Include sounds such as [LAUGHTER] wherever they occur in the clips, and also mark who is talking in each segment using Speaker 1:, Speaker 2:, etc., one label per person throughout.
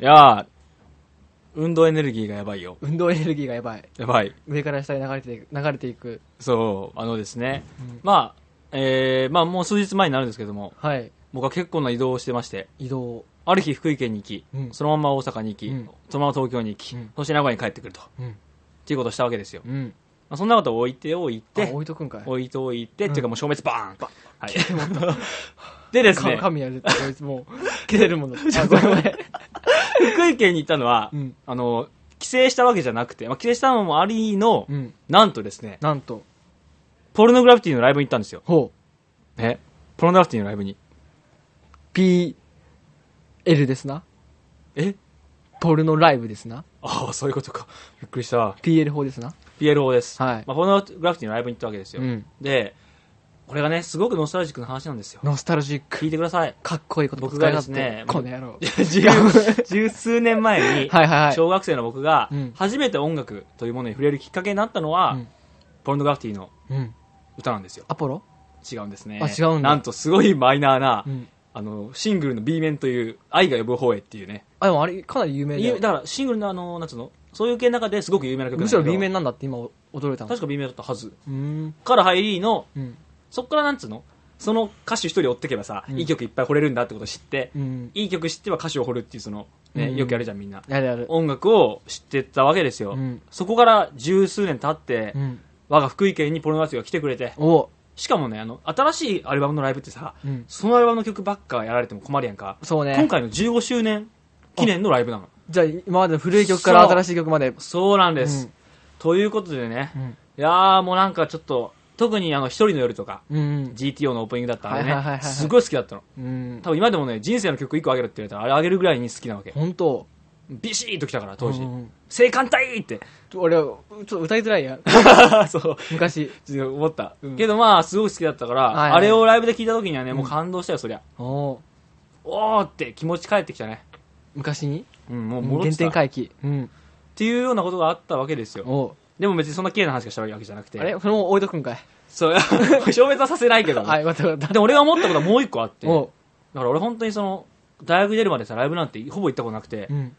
Speaker 1: いやー運動エネルギーがやばいよ。
Speaker 2: 運動エネルギーがやばい。
Speaker 1: やばい。
Speaker 2: 上から下へ流れていく、流れていく。
Speaker 1: そう、あのですね。
Speaker 2: うん
Speaker 1: まあ、えー、まあもう数日前になるんですけども、
Speaker 2: はい。
Speaker 1: 僕は結構な移動をしてまして、
Speaker 2: 移動。
Speaker 1: ある日福井県に行き、
Speaker 2: うん
Speaker 1: そのまま大阪に行き、
Speaker 2: うん
Speaker 1: そのまま東京に行き、
Speaker 2: うん
Speaker 1: そして名古屋に帰ってくると。っ
Speaker 2: うん。
Speaker 1: ていうことをしたわけですよ。
Speaker 2: うん。
Speaker 1: まあ、そんなことを置いておい
Speaker 2: あ
Speaker 1: て、
Speaker 2: 置いとくんかい。
Speaker 1: 置いておいて、
Speaker 2: うん
Speaker 1: っていうかもう消滅バーンはい。でですね、
Speaker 2: 神やるって、こいつもう、切れる
Speaker 1: [LAUGHS]
Speaker 2: もの。あ、ごめんごめん。
Speaker 1: 福井県に行ったのは、
Speaker 2: うん
Speaker 1: あの、帰省したわけじゃなくて、まあ、帰省したのもありの、
Speaker 2: うん。
Speaker 1: なんとですね、
Speaker 2: なんと。
Speaker 1: ポルノグラフィティのライブに行ったんですよ。
Speaker 2: ほう。
Speaker 1: ね。ポルノグラフィティのライブに。
Speaker 2: PL ですな。
Speaker 1: え [LAUGHS]
Speaker 2: ポルノライブですな。
Speaker 1: ああ、そういうことか。びっくりした。
Speaker 2: PL 法ですな。
Speaker 1: PLO です。
Speaker 2: はい
Speaker 1: まあ、ポルノグラフィティのライブに行ったわけですよ。
Speaker 2: うん
Speaker 1: で、これがね、すごくノスタルジックな話なんですよ。
Speaker 2: ノスタルジック。
Speaker 1: 聞いてくだ
Speaker 2: [LAUGHS]
Speaker 1: さい。
Speaker 2: かっこいいこと
Speaker 1: 僕がですね
Speaker 2: この
Speaker 1: [LAUGHS]
Speaker 2: 野郎。
Speaker 1: 十十数年前に、
Speaker 2: [LAUGHS] はいはいはい
Speaker 1: 小学生の僕が
Speaker 2: うん
Speaker 1: 初めて音楽というものに触れるきっかけになったのは、
Speaker 2: うん
Speaker 1: ポルノグラフィティの
Speaker 2: うん。
Speaker 1: 歌なんですよ
Speaker 2: アポロ
Speaker 1: 違うんですね
Speaker 2: あ違うんだ
Speaker 1: なんとすごいマイナーな、
Speaker 2: うん。
Speaker 1: あのシングルの B 面という「愛が呼ぶ方へ」っていうね
Speaker 2: あ、でもあれ、かなり有名だ
Speaker 1: い
Speaker 2: よ
Speaker 1: うだからシングルのあのなんつうのそういう系の中ですごく有名な曲なん
Speaker 2: む
Speaker 1: だ
Speaker 2: し
Speaker 1: けど
Speaker 2: ろ B 面なんだって今驚いたの。
Speaker 1: 確か B 面だったはず
Speaker 2: うーん。
Speaker 1: から入りの
Speaker 2: うん。
Speaker 1: そっからなんつうのその歌手一人追ってけばさ、
Speaker 2: うん
Speaker 1: いい曲いっぱい掘れるんだってことを知って、
Speaker 2: うん。
Speaker 1: いい曲知っては歌手を掘るっていうその、ね
Speaker 2: うん
Speaker 1: よくやるじゃんみんな
Speaker 2: やるやる。
Speaker 1: 音楽を知ってたわけですよ、
Speaker 2: うん
Speaker 1: そこから十数年経って、
Speaker 2: うん。
Speaker 1: 我が福井県にポルノガスが来てくれて
Speaker 2: お
Speaker 1: しかもねあの新しいアルバムのライブってさ、
Speaker 2: うん
Speaker 1: そのアルバムの曲ばっかやられても困るやんか、
Speaker 2: そうね。
Speaker 1: 今回の15周年記念のライブなの
Speaker 2: じゃあ、今までの古い曲から新しい曲まで。
Speaker 1: そうなんです、
Speaker 2: うん
Speaker 1: ということでね、
Speaker 2: うん。
Speaker 1: いやーもうなんかちょっと特にあの一人の夜とか
Speaker 2: うん。
Speaker 1: GTO のオープニングだったんでね、
Speaker 2: はいはいはいはいはい
Speaker 1: すごい好きだったの
Speaker 2: うん。
Speaker 1: 多分今でもね人生の曲1個あげるって言われたらあれあげるぐらいに好きなわけ
Speaker 2: 本当
Speaker 1: ビシッときたから当時
Speaker 2: うんうん
Speaker 1: 「青函隊!」って [LAUGHS]
Speaker 2: 俺、ちょっと歌いづらいやん。
Speaker 1: そう
Speaker 2: 昔。
Speaker 1: ちょっと思った、けどまあすごく好きだったから、
Speaker 2: はいはい
Speaker 1: あれをライブで聞いた時にはねもう感動したよ、そりゃ
Speaker 2: おー
Speaker 1: おーって気持ち返ってきたね
Speaker 2: 昔に
Speaker 1: うんもう戻って
Speaker 2: 原
Speaker 1: た
Speaker 2: 点
Speaker 1: っ
Speaker 2: 回帰。うん。
Speaker 1: ていうようなことがあったわけですよ
Speaker 2: お
Speaker 1: でも別にそんな綺麗な話がしたわけじゃなくて
Speaker 2: あれそれも置いとくんかい。
Speaker 1: そう [LAUGHS] 消滅はさせないけど、
Speaker 2: はい、またまた
Speaker 1: で。も俺が思ったことはもう一個あってだ
Speaker 2: お
Speaker 1: から俺本当にその大学出るまでさライブなんてほぼ行ったことなくて
Speaker 2: うん。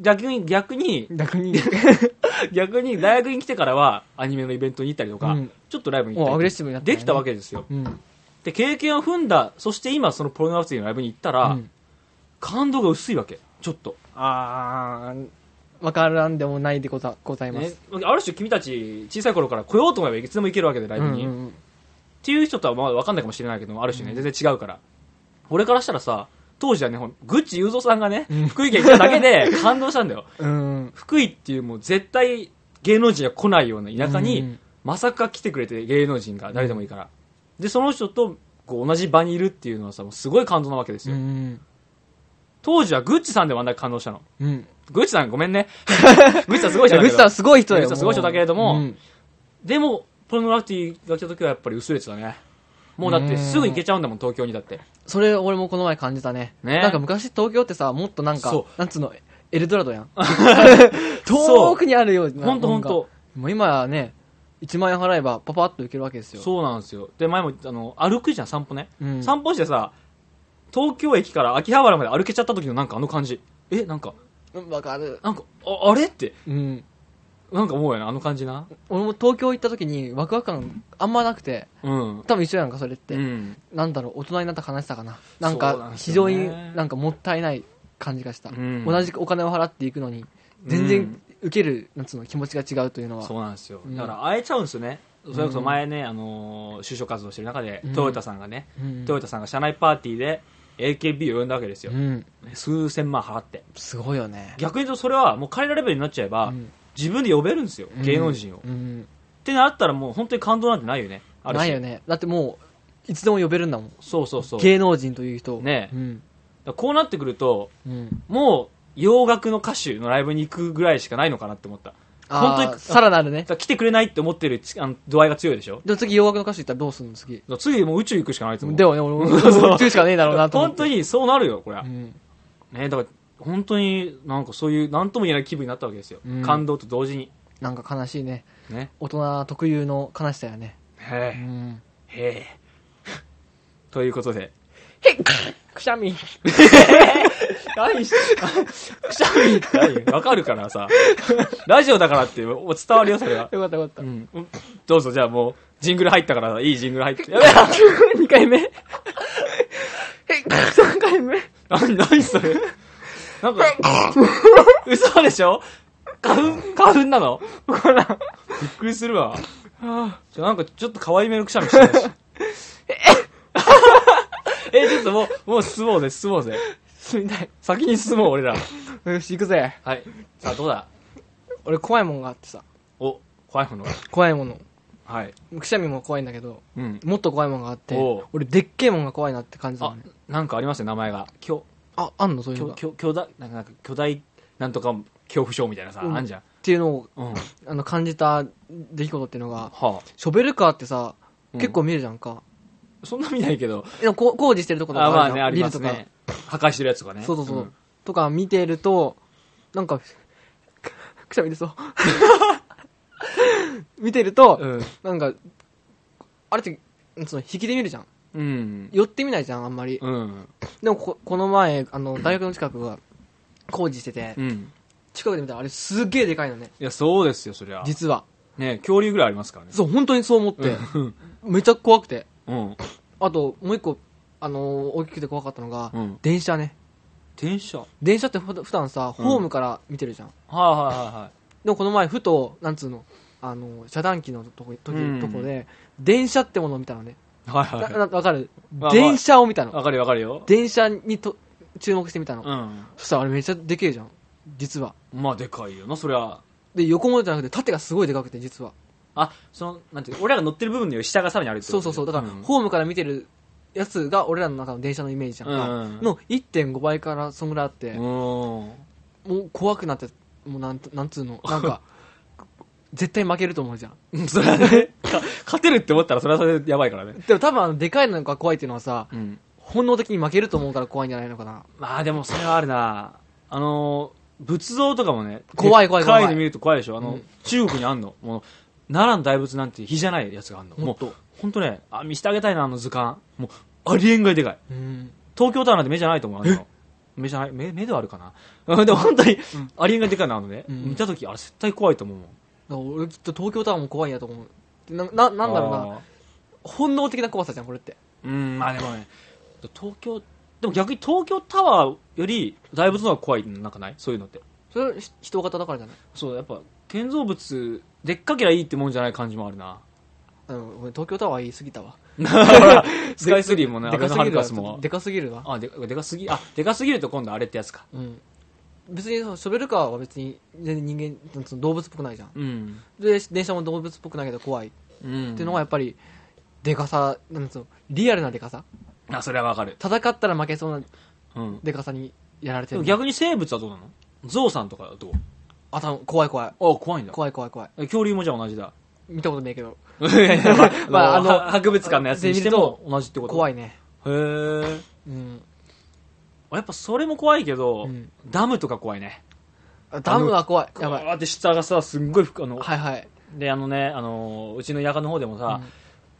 Speaker 1: 逆に逆に
Speaker 2: 逆に。
Speaker 1: [LAUGHS] 逆に大学に来てからはアニメのイベントに行ったりとか、
Speaker 2: うん
Speaker 1: ちょっとライブに行ったり
Speaker 2: おアグレッシブになったね
Speaker 1: できたわけですよ
Speaker 2: うん。
Speaker 1: で経験を踏んだそして今そのプログラフィティのライブに行ったら、
Speaker 2: うん
Speaker 1: 感動が薄いわけちょっと、
Speaker 2: あー、わからんでもないでござございま
Speaker 1: ね
Speaker 2: す。、
Speaker 1: ある種君たち小さい頃から来ようと思えばいつでも行けるわけでライブに、
Speaker 2: うん
Speaker 1: っ
Speaker 2: うんうん
Speaker 1: ていう人とはまあ分かんないかもしれないけどある種ね、全然違うから俺からしたらさ当時はねほんグッチ雄三さんがね、福井県来ただけで感動したんだよ
Speaker 2: うん。
Speaker 1: 福井っていうもう絶対芸能人が来ないような田舎に、
Speaker 2: うん
Speaker 1: まさか来てくれて芸能人が誰でもいいから、でその人とこう同じ場にいるっていうのはさもうすごい感動なわけです
Speaker 2: う
Speaker 1: よ、
Speaker 2: ん。
Speaker 1: 当時はグッチさんでもあんな感動したの
Speaker 2: うん。
Speaker 1: グッチさんごめん
Speaker 2: [LAUGHS]
Speaker 1: ねグッチさんすごい人だ
Speaker 2: グ
Speaker 1: けど
Speaker 2: ッチさんすごい人だよ。
Speaker 1: グッチさんすごい人だけれども
Speaker 2: うん
Speaker 1: でもポルノグラフィティが来た時はやっぱり薄れてたねもうだってすぐ行けちゃうんだもん東京にだって
Speaker 2: それ俺もこの前感じたね。
Speaker 1: ね
Speaker 2: なんか昔東京ってさ、もっとなんか
Speaker 1: そ、
Speaker 2: なんつうの、エルドラドやん。
Speaker 1: そう
Speaker 2: 遠くにあるような。
Speaker 1: ほんとほんと
Speaker 2: なんか。もう今はね、1万円払えばパパッと行けるわけですよ。
Speaker 1: そうなんですよで前もあの歩くじゃん散歩ね、
Speaker 2: うん
Speaker 1: 散歩してさ東京駅から秋葉原まで歩けちゃった時のなんかあの感じえなんか
Speaker 2: うん。わかる。
Speaker 1: なんかああれって
Speaker 2: うん。
Speaker 1: なんか思うよねあの感じな
Speaker 2: 俺も東京行った時にワクワク感あんまなくて、
Speaker 1: うん
Speaker 2: 多分一緒やんか、それって。
Speaker 1: うん
Speaker 2: なんだろう、大人になった悲しさかな。なん
Speaker 1: そうなん
Speaker 2: か、
Speaker 1: です
Speaker 2: 非
Speaker 1: よ
Speaker 2: 常
Speaker 1: ね
Speaker 2: になんかもったいない感じがした。
Speaker 1: うん
Speaker 2: 同じくお金を払っていくのに、全然受ける、なんつうの、気持ちが違うというのは。
Speaker 1: そうなんですよ、
Speaker 2: ん
Speaker 1: だから会えちゃうんですよねそれこそ前ね、あのー就職活動してる中で、
Speaker 2: うん
Speaker 1: トヨタさんがね、
Speaker 2: うん
Speaker 1: トヨタさんが社内パーティーで AKB を呼んだわけですよ、
Speaker 2: うん。
Speaker 1: 数千万払って
Speaker 2: すごいよね。
Speaker 1: 逆に言うとそれはもう彼らレベルになっちゃえば、
Speaker 2: うん
Speaker 1: 自分で呼べるんですよ、芸能人を、
Speaker 2: うんうん
Speaker 1: ってなったらもう本当に感動なんてないよねある
Speaker 2: な
Speaker 1: 種
Speaker 2: いよねだってもういつでも呼べるんだもん
Speaker 1: そうそうそう
Speaker 2: 芸能人という人を
Speaker 1: ねえ
Speaker 2: うん
Speaker 1: だからこうなってくると
Speaker 2: うん
Speaker 1: もう洋楽の歌手のライブに行くぐらいしかないのかなって思った
Speaker 2: あ
Speaker 1: 本
Speaker 2: ー
Speaker 1: 当に
Speaker 2: さらなるね
Speaker 1: だから来てくれないって思ってるちあの度合いが強いでしょ
Speaker 2: でも次洋楽の歌手行ったらどうするの次
Speaker 1: だから次もう宇宙行くしかないと思う
Speaker 2: でもね俺 [LAUGHS] も宇宙しかねえだろうなと思っ
Speaker 1: 本
Speaker 2: て
Speaker 1: 当にそうなるよこれは、
Speaker 2: うん
Speaker 1: ねだから本当になんかそういう何とも言えない気分になったわけですよ、
Speaker 2: うん
Speaker 1: 感動と同時に
Speaker 2: なんか悲しいね
Speaker 1: ね
Speaker 2: 大人特有の悲しさやねう
Speaker 1: へ
Speaker 2: ん
Speaker 1: えへえ [LAUGHS] ということで [LAUGHS]
Speaker 2: くしゃみ
Speaker 1: 愛して、くしゃみって愛わかるからさ。ラジオだからって伝わるよ、それは。
Speaker 2: よかったよかった。 [LAUGHS]
Speaker 1: うん。どうぞ、じゃあもう、ジングル入ったから、いいジングル入って。やべえ
Speaker 2: 2回目。え、3回目。
Speaker 1: 何、何それなんか、嘘でしょ花粉、花粉なの
Speaker 2: ほら。
Speaker 1: びっくりするわ。じゃあなんかちょっと可愛めのくしゃみしてたし。え、ちょっともう、もう進もうぜ、進もうぜ。
Speaker 2: すみたい。
Speaker 1: 先に進もう、俺ら。
Speaker 2: よし、行くぜ。
Speaker 1: はい。さあ、どうだ
Speaker 2: 俺怖いもんがあってさ。
Speaker 1: お、怖いものが。
Speaker 2: 怖いもの。
Speaker 1: はい。
Speaker 2: くしゃみも怖いんだけど、
Speaker 1: うん。
Speaker 2: もっと怖いもんがあって
Speaker 1: おう、
Speaker 2: 俺でっけえもんが怖いなって感じた
Speaker 1: あ
Speaker 2: のね。、
Speaker 1: なんかありますね、名前が。きょ、
Speaker 2: あ、あんのそうい
Speaker 1: き
Speaker 2: う
Speaker 1: ょ、
Speaker 2: のが。
Speaker 1: きょ、巨大、なんか、なんか巨大、なんとか恐怖症みたいなさ、
Speaker 2: うん
Speaker 1: あんじゃん。
Speaker 2: っていうのを、
Speaker 1: うん。は
Speaker 2: あの、感じた出来事っていうのが、
Speaker 1: あ。
Speaker 2: ショベルカーってさ、
Speaker 1: うん
Speaker 2: 結構見るじゃんか。
Speaker 1: そんな見ないけど。
Speaker 2: でもこう工事してると
Speaker 1: あ、
Speaker 2: ことか
Speaker 1: ま
Speaker 2: あ
Speaker 1: あ
Speaker 2: るじ
Speaker 1: ね、
Speaker 2: ゃ
Speaker 1: あ
Speaker 2: ん
Speaker 1: り
Speaker 2: ビ
Speaker 1: ま
Speaker 2: ルと
Speaker 1: す
Speaker 2: か。
Speaker 1: ね。破壊してるやつとかね。
Speaker 2: そうそうそう。
Speaker 1: ん
Speaker 2: とか見てると、なんか、 [LAUGHS] くしゃみ出そう。 [LAUGHS] 見てると、
Speaker 1: うん。
Speaker 2: なんか、あれって、その引きで見るじゃん。
Speaker 1: うん。
Speaker 2: 寄ってみないじゃん、あんまり。
Speaker 1: うん。
Speaker 2: でもこ、この前、あの、大学の近くが工事してて
Speaker 1: う、ん。
Speaker 2: 近くで見たらあれすげえでかいのね。
Speaker 1: いや、そうですよ、そりゃ。
Speaker 2: 実は。
Speaker 1: ね、恐竜ぐらいありますからね。
Speaker 2: そう、本当にそう思って。
Speaker 1: うん。
Speaker 2: めちゃ怖くて。
Speaker 1: うん。
Speaker 2: あと、もう一個、あのー大きくて怖かったのが、
Speaker 1: うん
Speaker 2: 電車ね。
Speaker 1: 電車。はい
Speaker 2: 電車ってふ普段さ、ホームから見てるじゃん。
Speaker 1: はいはいはい。
Speaker 2: でもこの前ふとなんつうのあの遮断機のとこ時、
Speaker 1: うん
Speaker 2: とこで電車ってものを見たのね
Speaker 1: はい
Speaker 2: な
Speaker 1: はい
Speaker 2: なわかる
Speaker 1: まあ
Speaker 2: 電車を見たの
Speaker 1: わかるよわかるよ。
Speaker 2: 電車にと注目してみたの、
Speaker 1: うん。
Speaker 2: そしたらあれめっちゃでけえじゃん実は
Speaker 1: まあ、でかいよな、そりゃ。
Speaker 2: で横もじゃなくて縦がすごいでかくて実は
Speaker 1: あ、その、なんていうの俺らが乗ってる部分の下がさらにあるって
Speaker 2: そ
Speaker 1: こ
Speaker 2: うそ
Speaker 1: と
Speaker 2: うそうだから、
Speaker 1: ん
Speaker 2: ホームから見てるやつが俺らの中の電車のイメージじゃん
Speaker 1: う
Speaker 2: か、
Speaker 1: んうんうん
Speaker 2: の1.5倍からそんぐらいあって、
Speaker 1: うん。
Speaker 2: もう怖くなってもうなんとなん
Speaker 1: [LAUGHS]
Speaker 2: つうのなんか絶対負けると思うじゃん
Speaker 1: それはね、か勝てるって思ったらそれはそれでやばいからね。
Speaker 2: でも多分あのでかいのが怖いっていうのはさ、
Speaker 1: うん。
Speaker 2: 本能的に負けると思うから怖いんじゃないのかな
Speaker 1: まあでもそれはあるな。あのー、仏像とかもね、
Speaker 2: 怖い怖い怖い
Speaker 1: でっかの見ると怖いでしょ。あの、
Speaker 2: うん
Speaker 1: 中国にあんの。もう、奈良の大仏なんて比じゃないやつがあんの。
Speaker 2: もっと
Speaker 1: もう、ほんとね、あ、見せてあげたいな、あの図鑑。もう、ありえんがいでかい。
Speaker 2: うん
Speaker 1: 東京タワーなんて目じゃないと思うあの目じゃない目目ではあるかなでも本当に、ありえんがでかいなあのね、
Speaker 2: うん
Speaker 1: 見た時あれ絶対怖いと思うもん
Speaker 2: だから俺きっと東京タワーも怖いんやと思うでなななんだろうな
Speaker 1: あ
Speaker 2: 本能的な怖さじゃんこれって
Speaker 1: ーうんまあでもね東京でも逆に東京タワーより大仏の方が怖いなんかないそういうのって
Speaker 2: それはひ人型だからじゃない
Speaker 1: そうやっぱ建造物でっかけりゃいいってもんじゃない感じもある [LAUGHS] な
Speaker 2: あのごめん東京タワー言い過ぎたわ
Speaker 1: スカイツリーもね
Speaker 2: でか
Speaker 1: アベノ
Speaker 2: すぎるわ
Speaker 1: ハルカスも
Speaker 2: でかすぎるわ
Speaker 1: あででかすぎあでかすぎると今度あれってやつか
Speaker 2: うん別にそのショベルカーは別に全然人間その動物っぽくないじゃん
Speaker 1: うん、
Speaker 2: で電車も動物っぽくないけど怖いっ
Speaker 1: うん、
Speaker 2: ていうのはやっぱりでかさなんつうのリアルなでかさ
Speaker 1: あそれはわかる、
Speaker 2: 戦ったら負けそうな
Speaker 1: うん、
Speaker 2: でかさにやられて
Speaker 1: でも
Speaker 2: る
Speaker 1: 逆に生物はどうなのゾウさんとかはどう
Speaker 2: あ多分怖い怖い
Speaker 1: あ怖いんだ
Speaker 2: 怖い怖い怖い
Speaker 1: 恐竜もじゃあ同じだ
Speaker 2: 見たことないけど
Speaker 1: [LAUGHS] まあ、あ
Speaker 2: まああの
Speaker 1: の、は博物館のやつにしても同じってこと
Speaker 2: 怖
Speaker 1: い。
Speaker 2: いね
Speaker 1: へえ。
Speaker 2: うん
Speaker 1: やっぱそれも怖いけど、
Speaker 2: うん
Speaker 1: ダムとか怖いね。
Speaker 2: あダムは怖いやばい
Speaker 1: あって下がさ、すんごい深い、あの、
Speaker 2: はいはい
Speaker 1: で、あのね、あの、うちの田舎の方でもさ、
Speaker 2: うん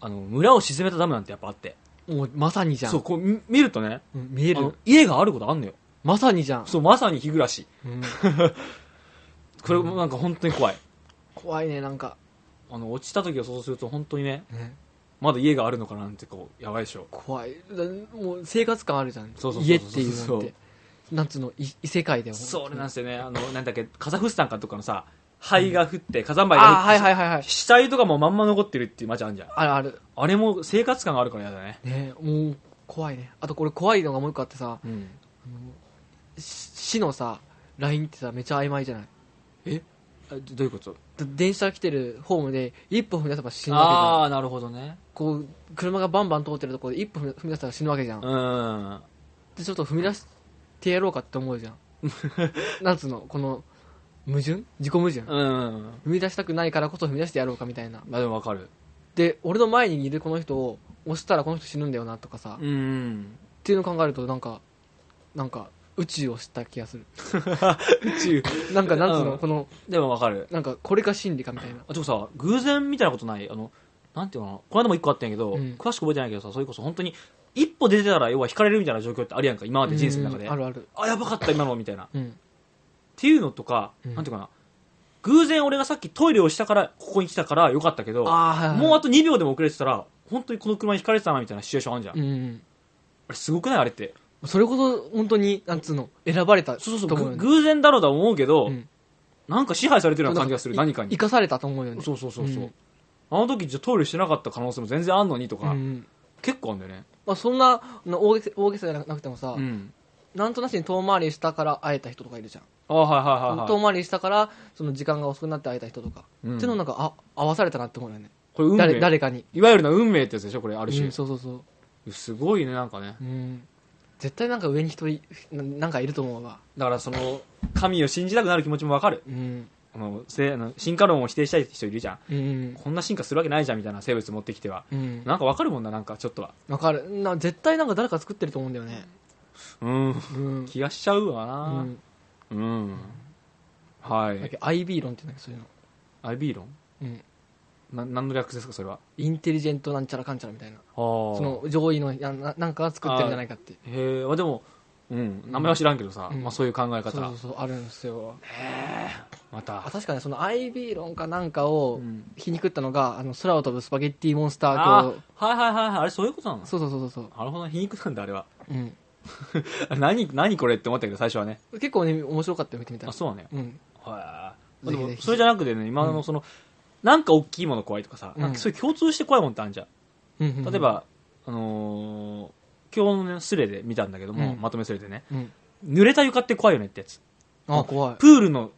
Speaker 1: あの、村を沈めたダムなんてやっぱあって。
Speaker 2: もうまさにじゃん。
Speaker 1: そう、こうみ見るとね、
Speaker 2: うん見え
Speaker 1: あの
Speaker 2: る。
Speaker 1: 家があることあんのよ。
Speaker 2: まさにじゃん。
Speaker 1: そう、まさに日暮らし。
Speaker 2: うん
Speaker 1: これもなんか本当に怖い。
Speaker 2: 怖いね、なんか。
Speaker 1: あの、落ちた時を想像すると本当にね、
Speaker 2: ね
Speaker 1: まだ家があるのかなんてこう、やばいでしょ。
Speaker 2: 怖い。だもう生活感あるじゃん。
Speaker 1: そうそうそうそう
Speaker 2: 家っていうのっ
Speaker 1: そ
Speaker 2: て。なんつうの、い異世界だよ。
Speaker 1: そうなん
Speaker 2: ん
Speaker 1: ですよね。あの、なんだっけ、カザフスタンかとかのさ、灰が降って、火山灰が降って
Speaker 2: あ、はいはいはいはい。
Speaker 1: 死体とかもまんま残ってるっていう街あるじゃん。
Speaker 2: あるある。
Speaker 1: あれも生活感があるから嫌だね。
Speaker 2: ねもう、怖いね。あとこれ怖いのがもう一個あってさ、
Speaker 1: うん。
Speaker 2: し死のさ、ラインってさ、めちゃ曖昧じゃない。
Speaker 1: えどどういうこと
Speaker 2: だ電車来てるホームで、一歩踏み出せば死ぬわけじゃん。
Speaker 1: ああ、なるほどね。
Speaker 2: こう、車がバンバン通ってるところで一歩踏み踏み出したら死ぬわけじゃん。
Speaker 1: うん。
Speaker 2: でちょっと踏み出してやろうかって思うじゃ [LAUGHS] んなんつうのこの矛盾自己矛盾、踏
Speaker 1: うん。
Speaker 2: み出したくないからこそ踏み出してやろうかみたいな
Speaker 1: まあでもわかる。
Speaker 2: で俺の前にいるこの人を押したらこの人死ぬんだよなとかさ、っ
Speaker 1: ん。 [LAUGHS]
Speaker 2: ていうのを考えるとなんかなんか宇宙を知った気がする
Speaker 1: 宇宙。
Speaker 2: なんかなんつうの、
Speaker 1: うん
Speaker 2: この
Speaker 1: でもわかる。
Speaker 2: なんかこれが真理かみたいな
Speaker 1: あ、でもさ、偶然みたいなことないあの、なんていうのかなこの間も一個あったんやけど、
Speaker 2: うん
Speaker 1: 詳しく覚えてないけどさ、それこそ本当に一歩出てたら要は惹かれるみたいな状況ってあるやんか今まで人生の中で、
Speaker 2: うんあるある。
Speaker 1: あやばかった今のみたいなっ
Speaker 2: うん。
Speaker 1: ていうのとか、
Speaker 2: うん
Speaker 1: なんていうかな偶然俺がさっきトイレをしたからここに来たからよかったけど
Speaker 2: ああ、はいはい。
Speaker 1: もうあと2秒でも遅れてたら本当にこの車に惹かれてたなみたいなシチュエーションあるじゃん、
Speaker 2: うんうん。
Speaker 1: あれすごくないあれって
Speaker 2: それこそ、本当に、なんつうの、選ばれたと
Speaker 1: そう
Speaker 2: 思
Speaker 1: そうう
Speaker 2: よね。
Speaker 1: ぐ偶然だろうとは思うけど、
Speaker 2: うん
Speaker 1: なんか支配されてるような感じがする
Speaker 2: なん
Speaker 1: 何
Speaker 2: か
Speaker 1: か
Speaker 2: い
Speaker 1: に
Speaker 2: 生かされたと思うよね。
Speaker 1: そうそうそうそう、
Speaker 2: うん
Speaker 1: あの時じゃトイレしてなかった可能性も全然あんのにと
Speaker 2: うん
Speaker 1: か、
Speaker 2: うん。
Speaker 1: 結構あるんだよね
Speaker 2: まあ、そんな、の大げさ大げさじゃなくてもさ、
Speaker 1: うん
Speaker 2: なんとなしに遠回りしたから会えた人とかいるじゃん。
Speaker 1: あはいはいはい、
Speaker 2: 遠
Speaker 1: はい、
Speaker 2: 回りしたから、その時間が遅くなって会えた人とか。
Speaker 1: うん
Speaker 2: っていうのなんか、あ、合わされたなって思うよね。
Speaker 1: これ運
Speaker 2: 誰、
Speaker 1: 命
Speaker 2: 誰かに。
Speaker 1: いわゆるな運命ってやつでしょこれある種、
Speaker 2: うん、そうそうそう。
Speaker 1: すごいねなんかね
Speaker 2: うん。絶対なんか上に人い、ななんかいると思うわ。
Speaker 1: だからその神を信じたくなる気持ちもわかる
Speaker 2: うん。
Speaker 1: あのせあの進化論を否定したい人いるじゃん
Speaker 2: うん。
Speaker 1: こんな進化するわけないじゃんみたいな生物持ってきては
Speaker 2: うん。
Speaker 1: なんかわかるもんななんかちょっとは
Speaker 2: わかる。な、絶対なんか誰か作ってると思うんだよね。
Speaker 1: うん
Speaker 2: うん。
Speaker 1: 気がしちゃうわ
Speaker 2: う。
Speaker 1: なんうん、はい
Speaker 2: だっけ IB 論って言うんだっけそういうの。
Speaker 1: IB 論
Speaker 2: うん。
Speaker 1: な何の略ですかそれは
Speaker 2: インテリジェントなんちゃらかんちゃらみたいな。
Speaker 1: そ
Speaker 2: その上位のやななんかが作ってるんじゃないかって。
Speaker 1: へえまあでもうん名前は知らんけどさ、
Speaker 2: うん
Speaker 1: まあ、そういう考え
Speaker 2: そう
Speaker 1: 方
Speaker 2: そうそう、あるんですよ。
Speaker 1: ま
Speaker 2: あ、
Speaker 1: た、
Speaker 2: 確かにその IB 論かなんかを
Speaker 1: うん
Speaker 2: 皮肉ったのが、あの、空を飛ぶスパゲッティモンスター
Speaker 1: あ
Speaker 2: と、
Speaker 1: はいはいはいはいあれそういうことなの
Speaker 2: そうそうそうそう。
Speaker 1: なるほど皮肉なんだあれは [LAUGHS]
Speaker 2: うん。
Speaker 1: 何何これって思ったけど最初はね
Speaker 2: 結構ね、面白かったよ、見てみたら。
Speaker 1: あそうなのよ
Speaker 2: うん。
Speaker 1: はいで
Speaker 2: ぜひぜひ
Speaker 1: もそれじゃなくてね今のその、なんか大きいもの怖いとかさ、
Speaker 2: うん
Speaker 1: なんかそういう共通して怖いもんってあるじゃん
Speaker 2: うんうんうん
Speaker 1: 例え、ば、あのー今日のねスレで見たんだけども、
Speaker 2: うん
Speaker 1: まとめスレでね
Speaker 2: うん。
Speaker 1: 濡れた床って怖いよねってやつ
Speaker 2: あ、怖い。
Speaker 1: プールの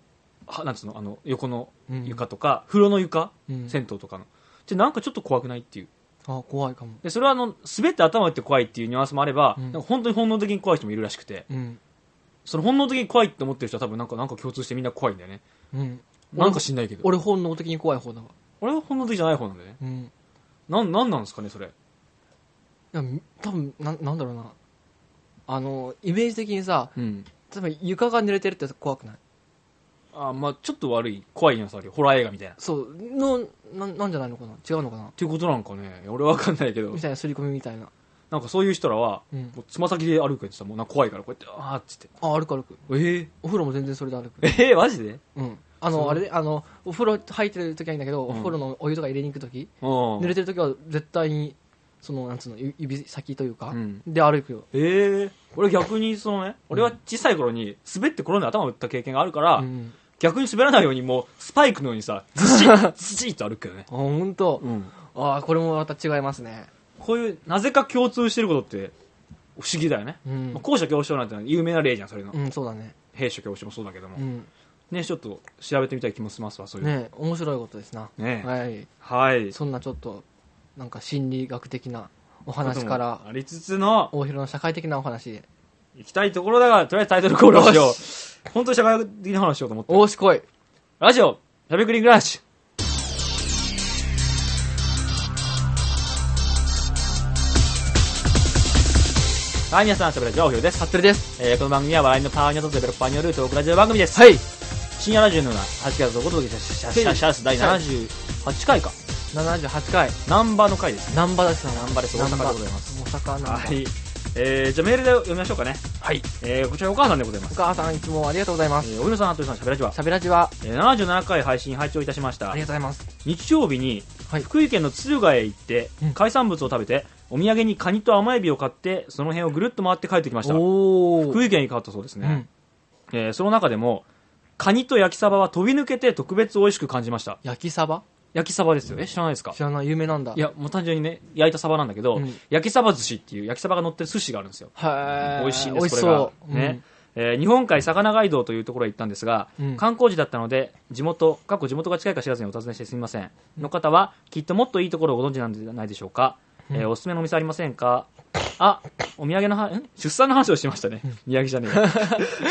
Speaker 1: はなんつうのあの横の
Speaker 2: うん
Speaker 1: 床とか、風呂の床、
Speaker 2: うん
Speaker 1: 銭湯とかのでなんかちょっと怖くないっていう
Speaker 2: あ、怖いかも。
Speaker 1: でそれはあの滑って頭打って怖いっていうニュアンスもあれば、
Speaker 2: うん
Speaker 1: なんか本当に本能的に怖い人もいるらしくて
Speaker 2: うん。
Speaker 1: その本能的に怖いって思ってる人は多分なんかなんか共通してみんな怖いんだよね
Speaker 2: うん。
Speaker 1: なんか知んないけど
Speaker 2: 俺本能的に怖い方だわ。
Speaker 1: 俺は本能的じゃない方なんだよね
Speaker 2: うん。い
Speaker 1: なんなんなんですかねそれ
Speaker 2: や、多分なん、なんだろうな。あの、イメージ的にさ、
Speaker 1: うん
Speaker 2: 例えば床が濡れてるって怖くない
Speaker 1: あまあちょっと悪い怖いニュアンスあるよホラー映画みたいなっ
Speaker 2: そう、の、なん、なんじゃないのかな違うのかな
Speaker 1: ていうことなんかね俺は分かんないけど
Speaker 2: みたいな刷り込みみたいな。
Speaker 1: なんかそういう人らは
Speaker 2: うん。
Speaker 1: もうつま先で歩くやつさもうなんか怖いからこうやってあーっつ
Speaker 2: [LAUGHS]
Speaker 1: って
Speaker 2: あ、歩く歩く。
Speaker 1: え
Speaker 2: お風呂も全然それで歩く。
Speaker 1: えええマジで
Speaker 2: うん。あ
Speaker 1: そ
Speaker 2: の、
Speaker 1: う
Speaker 2: あれで、あの、お風呂入ってる時はいいんだけど、お風呂のお湯とか入れに行く時、
Speaker 1: うん
Speaker 2: 濡れてる時は絶対に、その、なんつうの、ゆ指先というか、
Speaker 1: うん
Speaker 2: で歩くよ。
Speaker 1: ええ俺逆にそのね俺は小さい頃に滑って転んで頭打った経験があるから、
Speaker 2: うん。
Speaker 1: 逆に滑らないようにもうスパイクのように
Speaker 2: [LAUGHS]
Speaker 1: さずしっずしっと歩くよね
Speaker 2: あ、、ほんと。
Speaker 1: うん、
Speaker 2: ああ、これもまた違いますね。
Speaker 1: こういうなぜか共通してることって不思議だよね、
Speaker 2: うん
Speaker 1: まあ、。高所恐怖症なんてのは有名な例じゃんそれの、
Speaker 2: うん、そうだね。
Speaker 1: 兵所恐怖症もそうだけども、
Speaker 2: うん。
Speaker 1: ねちょっと調べてみたい気もしますわそういうの
Speaker 2: ね面白いことですな。
Speaker 1: ね
Speaker 2: はい。
Speaker 1: はい
Speaker 2: そんなちょっと、なんか心理学的なお話から
Speaker 1: こと、もありつつの
Speaker 2: 大広の社会的なお話へ。
Speaker 1: 行きたいところだがとりあえずタイトルコールをしよう本当に社会的な話しようと思って
Speaker 2: おーしこい。
Speaker 1: ラジオしゃべくりグラッシュはい、皆さん、しゃべラジオはおひろです。
Speaker 2: 服部です。
Speaker 1: えーこの番組は笑いのパワーニャとデベロッパーによるトークラジオ番組です。
Speaker 2: はい。
Speaker 1: 深夜ラジオのような8月をごときしたシャシャシャシャ第78回か。
Speaker 2: 78回、
Speaker 1: ナンバーの回ですね。
Speaker 2: 難波ですな。
Speaker 1: 難波です大阪でございます。
Speaker 2: 大阪なん
Speaker 1: はい。えー、じゃあメールで読みましょうかね。
Speaker 2: はい。
Speaker 1: えー、こちらお母さんでございま
Speaker 2: お
Speaker 1: す。
Speaker 2: 母さんいつもありがとうございま
Speaker 1: え
Speaker 2: す。
Speaker 1: ー、おひろさん、あとりさん、しゃべラジオは
Speaker 2: し、ゃべらじは、
Speaker 1: えー、77回配信、拝聴いたしました
Speaker 2: あり。がとうございます。
Speaker 1: 日曜日に
Speaker 2: はい
Speaker 1: 福井県の敦賀へ行って、
Speaker 2: うん
Speaker 1: 海産物を食べてお土産にカニと甘エビを買ってその辺をぐるっと回って帰ってきました
Speaker 2: おー。
Speaker 1: 福井県に変わったそうです
Speaker 2: う
Speaker 1: ね
Speaker 2: ん、。
Speaker 1: えーその中でもカニと焼きサバは飛び抜けて特別美味しく感じました
Speaker 2: 焼きサバ
Speaker 1: 焼きサバですよえ知らないですか
Speaker 2: 知らない、有名なんだ。
Speaker 1: いやもう単純にね焼いたサバなんだけど、
Speaker 2: うん
Speaker 1: 焼きサバ寿司っていう焼きサバが乗ってる寿司があるんですよ
Speaker 2: は
Speaker 1: 美味しいん
Speaker 2: 美
Speaker 1: で
Speaker 2: 味し
Speaker 1: すこれが
Speaker 2: そ、う。
Speaker 1: ねえー日本海魚街道というところへ行ったんですが、
Speaker 2: うん
Speaker 1: 観光地だったので地元過去地元が近いか知らずにお尋ねしてすみませんの方はきっともっといいところをご存知なんじゃないでしょうか、えーおすすめのお店ありませんかあお土産のはん出産の話をしてましたね宮城じゃねえよ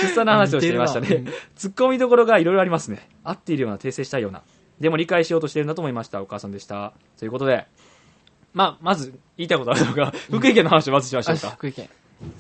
Speaker 1: 出産の話をしていました
Speaker 2: 似てる
Speaker 1: ね
Speaker 2: な
Speaker 1: ツッコミどころがいろいろありますね合っているような訂正したいようなでも理解しようとしているんだと思いましたお母さんでしたということでまあ、まず言いたいことあるのが、福井県の話をまずしまし
Speaker 2: う
Speaker 1: ょ
Speaker 2: ん。
Speaker 1: う
Speaker 2: あ
Speaker 1: か。
Speaker 2: 福井県。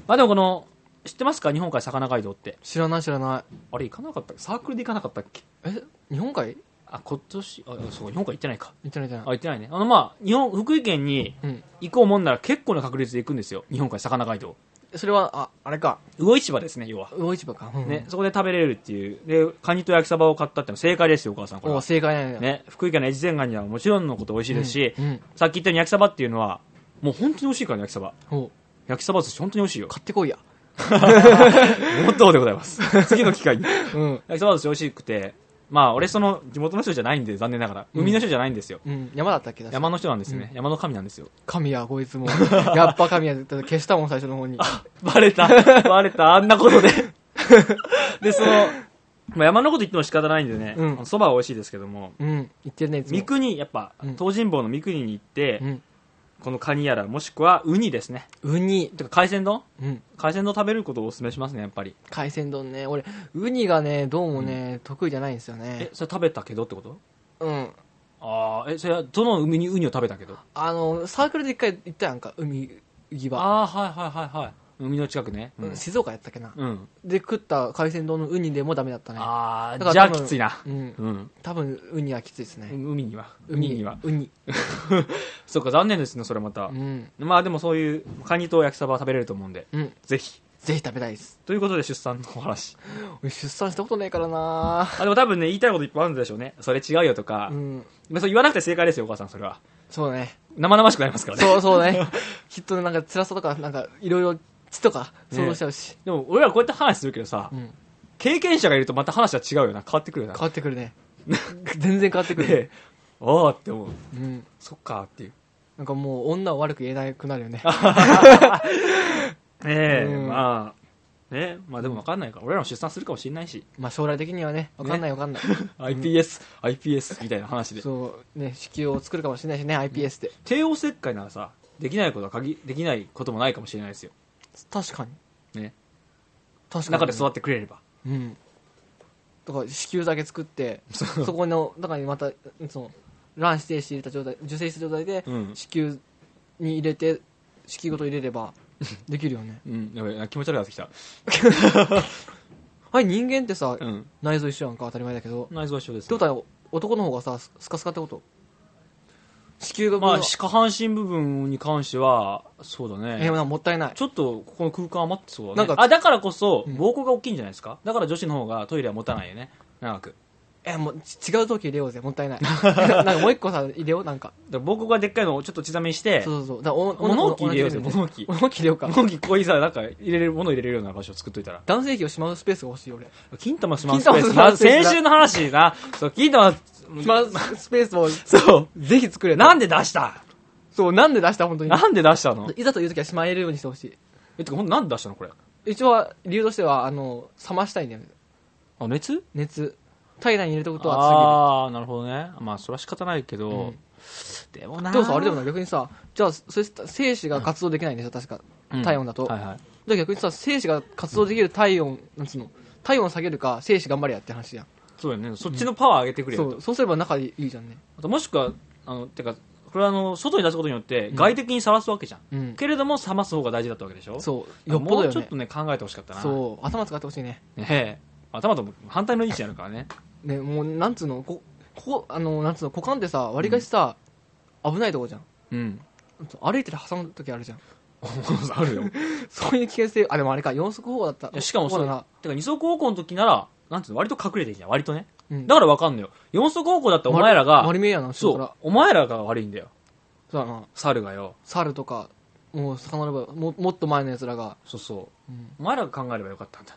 Speaker 1: まあでもこの、知ってますか日本海魚街道って。
Speaker 2: 知らない知らない。
Speaker 1: あれ行かなかったサークルで行かなかったっけ
Speaker 2: え、日本海
Speaker 1: あ、今年、あ、そう、日本から行ってないか。
Speaker 2: 言ってないじゃ
Speaker 1: あ、
Speaker 2: ない
Speaker 1: 行ってないね。あの、まあ、日本、福井県に
Speaker 2: うん
Speaker 1: 行こうもんなら結構な確率で行くんですよ。日本海魚街道。
Speaker 2: それはああれか
Speaker 1: 魚市場ですね、要は。
Speaker 2: 魚市場か、うん
Speaker 1: ね、そこで食べれるっていう。で、カニと焼きサバを買ったっての正解ですよ、お母さん、これ
Speaker 2: お
Speaker 1: は。
Speaker 2: 正解なんや
Speaker 1: ね、福井県の越前ガニはもちろんのこと美味しいですし、
Speaker 2: うんうん
Speaker 1: さっき言ったように焼きサバっていうのは、もう本当に美味しいから、ね、焼きサバ。
Speaker 2: お
Speaker 1: 焼きサバ寿司本当に美味しいよ。
Speaker 2: 買ってこいや
Speaker 1: もっとでございます。
Speaker 2: [LAUGHS]
Speaker 1: 次の機会に。焼
Speaker 2: うん、
Speaker 1: きそば寿司美味しくて、まあ俺その地元の人じゃないんで、残念ながら。
Speaker 2: うん
Speaker 1: 海の人じゃないんですよ。
Speaker 2: うん、山だったっけ確か
Speaker 1: 山の人なんですね。山の神なんですよ。
Speaker 2: 神やこいつも [LAUGHS] やっぱ神やだって消したもん最初の方に
Speaker 1: バレた、バレた、あんなこと
Speaker 2: [LAUGHS]
Speaker 1: で。で、その、まあ、山のこと言っても仕方ないんでね
Speaker 2: うん、
Speaker 1: そ、ば、は美味しいですけども、
Speaker 2: うん言ってるねいつも
Speaker 1: 三国、やっぱ、
Speaker 2: うん
Speaker 1: 東尋坊の三国に行って、
Speaker 2: うん
Speaker 1: このカニやら、もしくはウニですね。
Speaker 2: ウニ
Speaker 1: てか海鮮丼
Speaker 2: うん
Speaker 1: 海鮮丼食べることをお勧めしますね、やっぱり。
Speaker 2: 海鮮丼ね俺ウニがねどうもね、得意じゃないんですよ
Speaker 1: え
Speaker 2: ね、
Speaker 1: それ食べたけどってこと
Speaker 2: うん
Speaker 1: ああ、え、それはどの海にウニを食べたけど
Speaker 2: あのサークルで一回行ったやんか海際、
Speaker 1: ああ、はいはいはいはい。海の近くね。
Speaker 2: うん、静岡やったっけな、
Speaker 1: うん。
Speaker 2: で食った海鮮丼のウニでもダメだったね
Speaker 1: あ
Speaker 2: だか
Speaker 1: あ、
Speaker 2: ら
Speaker 1: じゃあ
Speaker 2: 多
Speaker 1: き
Speaker 2: 分
Speaker 1: ついな。
Speaker 2: うん
Speaker 1: うん。
Speaker 2: 多分ウニはきついですね、
Speaker 1: 海には。海には。
Speaker 2: ウニ
Speaker 1: そっか、残念ですね、それまた
Speaker 2: う。ん
Speaker 1: まあでもそういう、カニと焼きサバは食べれると思うんで、
Speaker 2: うん
Speaker 1: ぜひ。
Speaker 2: ぜひ食べたいです
Speaker 1: ということで出産のお話。
Speaker 2: 俺出産したことねえからな
Speaker 1: あ、でも多分ね、言いたいこといっぱいあるんでしょうね。それ違うよとか
Speaker 2: う。ん
Speaker 1: まあそう言わなくて正解ですよ、お母さん、それは。
Speaker 2: そうだ
Speaker 1: [LAUGHS]
Speaker 2: ね
Speaker 1: 生々しくなりますからね。
Speaker 2: そうそうねきっとねなんか辛さとかなんかいろいろ血とか想像しちゃうし、
Speaker 1: でも、俺らこうやって話するけどさ
Speaker 2: う、ん
Speaker 1: 経験者がいるとまた話は違うよな。変わってくるよ
Speaker 2: 変
Speaker 1: な。
Speaker 2: わってくるね全然変わってくる、
Speaker 1: で、ああって思う。
Speaker 2: うん
Speaker 1: そっかーっていう。
Speaker 2: なんかもう女を悪く言えなくなるよね
Speaker 1: ねえ、
Speaker 2: うん
Speaker 1: まあ、ね、まあでも分かんないから、俺らも出産するかもしれないし、
Speaker 2: まあ将来的にはねわかんない
Speaker 1: [LAUGHS]
Speaker 2: わかんない、
Speaker 1: iPS、iPS みたいな話で。
Speaker 2: そうね子宮を作るかもしれないしね iPS で、
Speaker 1: 帝王切開ならさ、できないことは限り、できないこともないかもしれないですよ。
Speaker 2: 確かに
Speaker 1: ね。
Speaker 2: 確かに
Speaker 1: 中で育ってくれれば。
Speaker 2: うんだから子宮だけ作って
Speaker 1: そう
Speaker 2: そこの中にまたその卵子停止入れた状態受精した状態で
Speaker 1: うん
Speaker 2: 子宮に入れて子宮ごと入れればできるよね
Speaker 1: うん、やばい、気持ち悪くなってきた。
Speaker 2: はい人間ってさ、
Speaker 1: うん。
Speaker 2: 内臓一緒なんか当たり前だけどっ
Speaker 1: 内臓は一緒です
Speaker 2: てこ。とは男の方がさススカスカってこと子宮が
Speaker 1: ま
Speaker 2: もう
Speaker 1: あ、下半身部分に関しては、そうだ
Speaker 2: えー
Speaker 1: ね。
Speaker 2: まあもったいない
Speaker 1: ちょっと、ここの空間余ってそうだね。
Speaker 2: なんか
Speaker 1: あ、だからこそ、
Speaker 2: うん
Speaker 1: 膀胱が大きいんじゃないですか。だから女子の方がトイレは持たないよね。長く。
Speaker 2: えーもうち違う時入れようぜもったいないなんかもう一個さ入れようなんか
Speaker 1: だから膀胱がでっかいのをちょっと小さめにして
Speaker 2: そ、うそうそうだからおお
Speaker 1: 物置入れようぜ、
Speaker 2: 同じ
Speaker 1: 物置。
Speaker 2: 物置入れようか
Speaker 1: 本気こういうさ、なんか入れれる、物入れれるような場所を作っといたら。
Speaker 2: 男性器をしまうスペースが欲しい俺
Speaker 1: 金玉しまうスペース。
Speaker 2: 金玉
Speaker 1: な
Speaker 2: スペースだ
Speaker 1: 先週の話な。そう、金玉、
Speaker 2: しまうスペースを
Speaker 1: そう。
Speaker 2: ぜひ作れ
Speaker 1: なんで出した
Speaker 2: そう、なんで出した本当に。
Speaker 1: なんで出したの
Speaker 2: いざという時はしまえるようにしてほし
Speaker 1: え、てか、ほんとなんで出したのこれ。
Speaker 2: い。一応は、理由としては、あの、冷ましたいんだよね。
Speaker 1: あ、熱
Speaker 2: 熱。体内に入れておくと熱
Speaker 1: あー、なるほどね。まあ、それは仕方ないけ
Speaker 2: う
Speaker 1: ど
Speaker 2: ん。
Speaker 1: でもな
Speaker 2: すぎる。でもさ、あれでもな、逆にさ、じゃあ、それ精子が活動できないんでしょ、確か。
Speaker 1: うん
Speaker 2: 体温だと。
Speaker 1: はいはい。
Speaker 2: じゃあ逆にさ、精子が活動できる体温、なんつうの、体温下げるか、精子頑張れやって話じゃん。
Speaker 1: そうだよね。そっちのパワー上げてくれ
Speaker 2: そ
Speaker 1: よと。
Speaker 2: う、そうすれば仲いいじゃんね。
Speaker 1: あともしくは、あの、てか、これはあの、外に出すことによって、外的にさらすわけじゃん。
Speaker 2: うん。
Speaker 1: けれども、冷ます方が大事だったわけでしょ
Speaker 2: そう、
Speaker 1: だ
Speaker 2: よ
Speaker 1: か
Speaker 2: っ
Speaker 1: ら
Speaker 2: ぽど
Speaker 1: も
Speaker 2: よ
Speaker 1: うちょっ
Speaker 2: ね
Speaker 1: と。ね、考えてほしかったな。
Speaker 2: そう、頭使ってほしいね。
Speaker 1: ねえ。頭と反対の位置にあるからね。
Speaker 2: ね、もう、なんつうの、こ、ここ、あの、なんつうの、股間ってさ、割りかしさ、危ないとこじゃん。
Speaker 1: [LAUGHS] うん。
Speaker 2: 歩いてて挟む時あるじゃん。
Speaker 1: あるよ。
Speaker 2: そういう危険性、あ、でもあれか、四足歩行だった
Speaker 1: い。やしかもそ
Speaker 2: そう
Speaker 1: う
Speaker 2: だな。
Speaker 1: てか二足歩行の時なら、なんていうの、割と隠れていいじゃん、割とね。
Speaker 2: うん
Speaker 1: だからわかんのよ。四足歩行だったらお前らが、
Speaker 2: 丸見えやな、後
Speaker 1: そ
Speaker 2: ろか
Speaker 1: う
Speaker 2: ら、
Speaker 1: お前らが悪いんだよ。
Speaker 2: そうだな。
Speaker 1: 猿がよ。
Speaker 2: 猿とか、もう遡れば、ももっと前の奴らが、
Speaker 1: そうそう。
Speaker 2: うん
Speaker 1: お前らが考えればよかったんだ。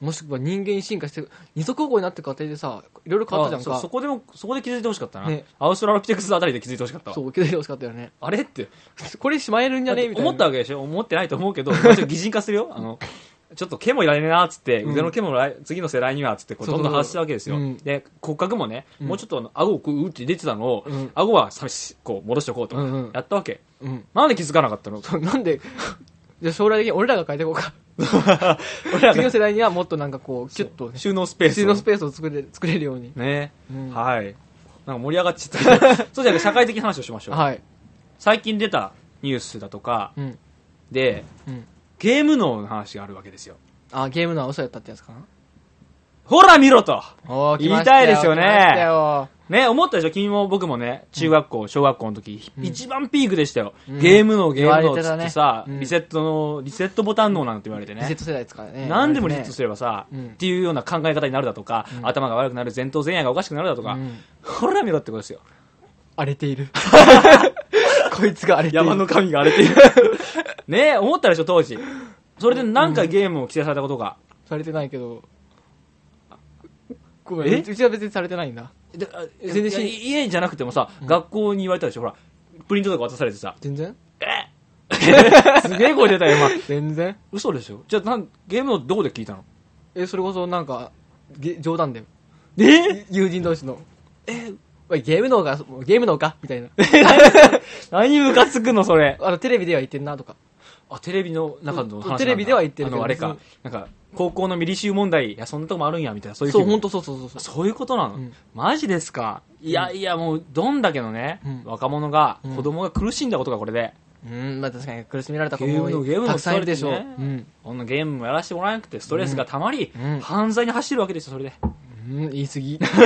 Speaker 2: もしくは人間に進化して、二足歩行になって過程でさ、いろいろ変わった
Speaker 1: あ
Speaker 2: じ
Speaker 1: そ
Speaker 2: ゃん
Speaker 1: う
Speaker 2: か。
Speaker 1: そこでも、そこで気づいてほしかったな。
Speaker 2: ね
Speaker 1: アウストラロピテクスあたりで気づいてほしかったわ
Speaker 2: そう、受け入れてほしかったよね。
Speaker 1: あれって。
Speaker 2: これしまえるんじゃねみたいな。
Speaker 1: 思ったわけでしょ思ってないと思うけど、まあちょっと擬人化するよ。あの、ちょっと毛もいらねえなっつって、
Speaker 2: うん
Speaker 1: 腕の毛も来次の世代にはっつって、こう
Speaker 2: そう
Speaker 1: ど
Speaker 2: そ
Speaker 1: ん
Speaker 2: う
Speaker 1: どん発したわけですよ。
Speaker 2: うん
Speaker 1: で、骨格もね、
Speaker 2: うん
Speaker 1: もうちょっとあの顎をこううって出てたのを、
Speaker 2: うん
Speaker 1: 顎はさしこう戻しておこうと、
Speaker 2: うんうん
Speaker 1: やったわけ。
Speaker 2: うん。
Speaker 1: なんで気づかなかったの [LAUGHS]
Speaker 2: そうなんで、 [LAUGHS] じゃあ将来的に俺らが変えていこうか。
Speaker 1: 俺ら
Speaker 2: 次の
Speaker 1: が
Speaker 2: 世代にはもっとなんかこう、キュッとね、
Speaker 1: 収納スペース
Speaker 2: 収
Speaker 1: を
Speaker 2: 納スペースを作れ作れるように。
Speaker 1: ね、
Speaker 2: うん
Speaker 1: はい。なんか盛り上がっちゃったけど。そうじゃなくて社会的話をしましょう。
Speaker 2: はい。
Speaker 1: 最近出たニュースだとか
Speaker 2: うん。
Speaker 1: で、
Speaker 2: うん。
Speaker 1: ゲーム脳の話があるわけですよ。
Speaker 2: あ、ゲームのは嘘やったってやつかな
Speaker 1: ほら見ろと
Speaker 2: おー、来
Speaker 1: 言
Speaker 2: ま
Speaker 1: い
Speaker 2: した
Speaker 1: いですよね
Speaker 2: 来ましたよ
Speaker 1: ね、思ったでしょ君も僕もね、中学校、小学校の時、
Speaker 2: うん
Speaker 1: 一番ピークでしたよ。
Speaker 2: うん
Speaker 1: ゲームのゲーム
Speaker 2: 言
Speaker 1: の
Speaker 2: われ
Speaker 1: つ
Speaker 2: てた
Speaker 1: っ
Speaker 2: ね
Speaker 1: てさ、
Speaker 2: うん
Speaker 1: リセットの、リセットボタンのなんて言われて
Speaker 2: リセッ
Speaker 1: ね。
Speaker 2: ト世代ですからね。
Speaker 1: 何でもリセットすればさ、
Speaker 2: うん
Speaker 1: っていうような考え方になるだとか、頭が悪くなる、前頭前野がおかしくなるだとか、
Speaker 2: うん
Speaker 1: ほら見ろってことですよ。
Speaker 2: 荒れて
Speaker 1: [LAUGHS]
Speaker 2: いる。こいつが荒れている。
Speaker 1: 山の神が荒れ
Speaker 2: [LAUGHS]
Speaker 1: ている。ね思ったでしょ、当時。それで何回ゲームを規制されたことが。
Speaker 2: されてないけど。ごめん、
Speaker 1: え
Speaker 2: うちうちは別にされてないんだ。
Speaker 1: であ
Speaker 2: 全然し
Speaker 1: いや家じゃなくてもさ、学校に言われたでしょ、ほら、プリントとか渡されて
Speaker 2: [LAUGHS]
Speaker 1: さ、
Speaker 2: 全然
Speaker 1: すげえ声出たよ、今。 [LAUGHS]
Speaker 2: 全然
Speaker 1: 嘘でしょじゃあなん、ゲームをどこで聞いたの
Speaker 2: え、それこそなんか、げ冗談で。
Speaker 1: え
Speaker 2: 友人同士の。え、おい、ゲーム脳が、ゲーム脳かみた
Speaker 1: [LAUGHS]
Speaker 2: いな。
Speaker 1: 何ムカつくの、それ。
Speaker 2: あの、テレビでは言ってんなとか。
Speaker 1: あ、テレビの中の話なんだ
Speaker 2: テレビでは言ってる
Speaker 1: あ
Speaker 2: けど
Speaker 1: の、あれか。なんか、高校の未履修問題、いや、そんなとこもあるんや、みたいな、そういう
Speaker 2: そう、
Speaker 1: 気分
Speaker 2: 本当そうそうそうそう。
Speaker 1: そういうことなの、
Speaker 2: うん
Speaker 1: マジですかいやいや、もう、どんだけのね、
Speaker 2: うん
Speaker 1: 若者が、
Speaker 2: うん
Speaker 1: 子供が苦しんだことがこれで、
Speaker 2: うん、まあ確かに苦しめられた子
Speaker 1: ゲームの
Speaker 2: も
Speaker 1: ゲームの
Speaker 2: たくさんいるでしょう。
Speaker 1: ストレス
Speaker 2: うん。
Speaker 1: こんなゲームもやらせてもらえなくて、ストレスがたまり、
Speaker 2: うんうん
Speaker 1: 犯罪に走るわけですよ、
Speaker 2: [LAUGHS]
Speaker 1: それで。
Speaker 2: うん、言い過ぎ。
Speaker 1: [LAUGHS] でも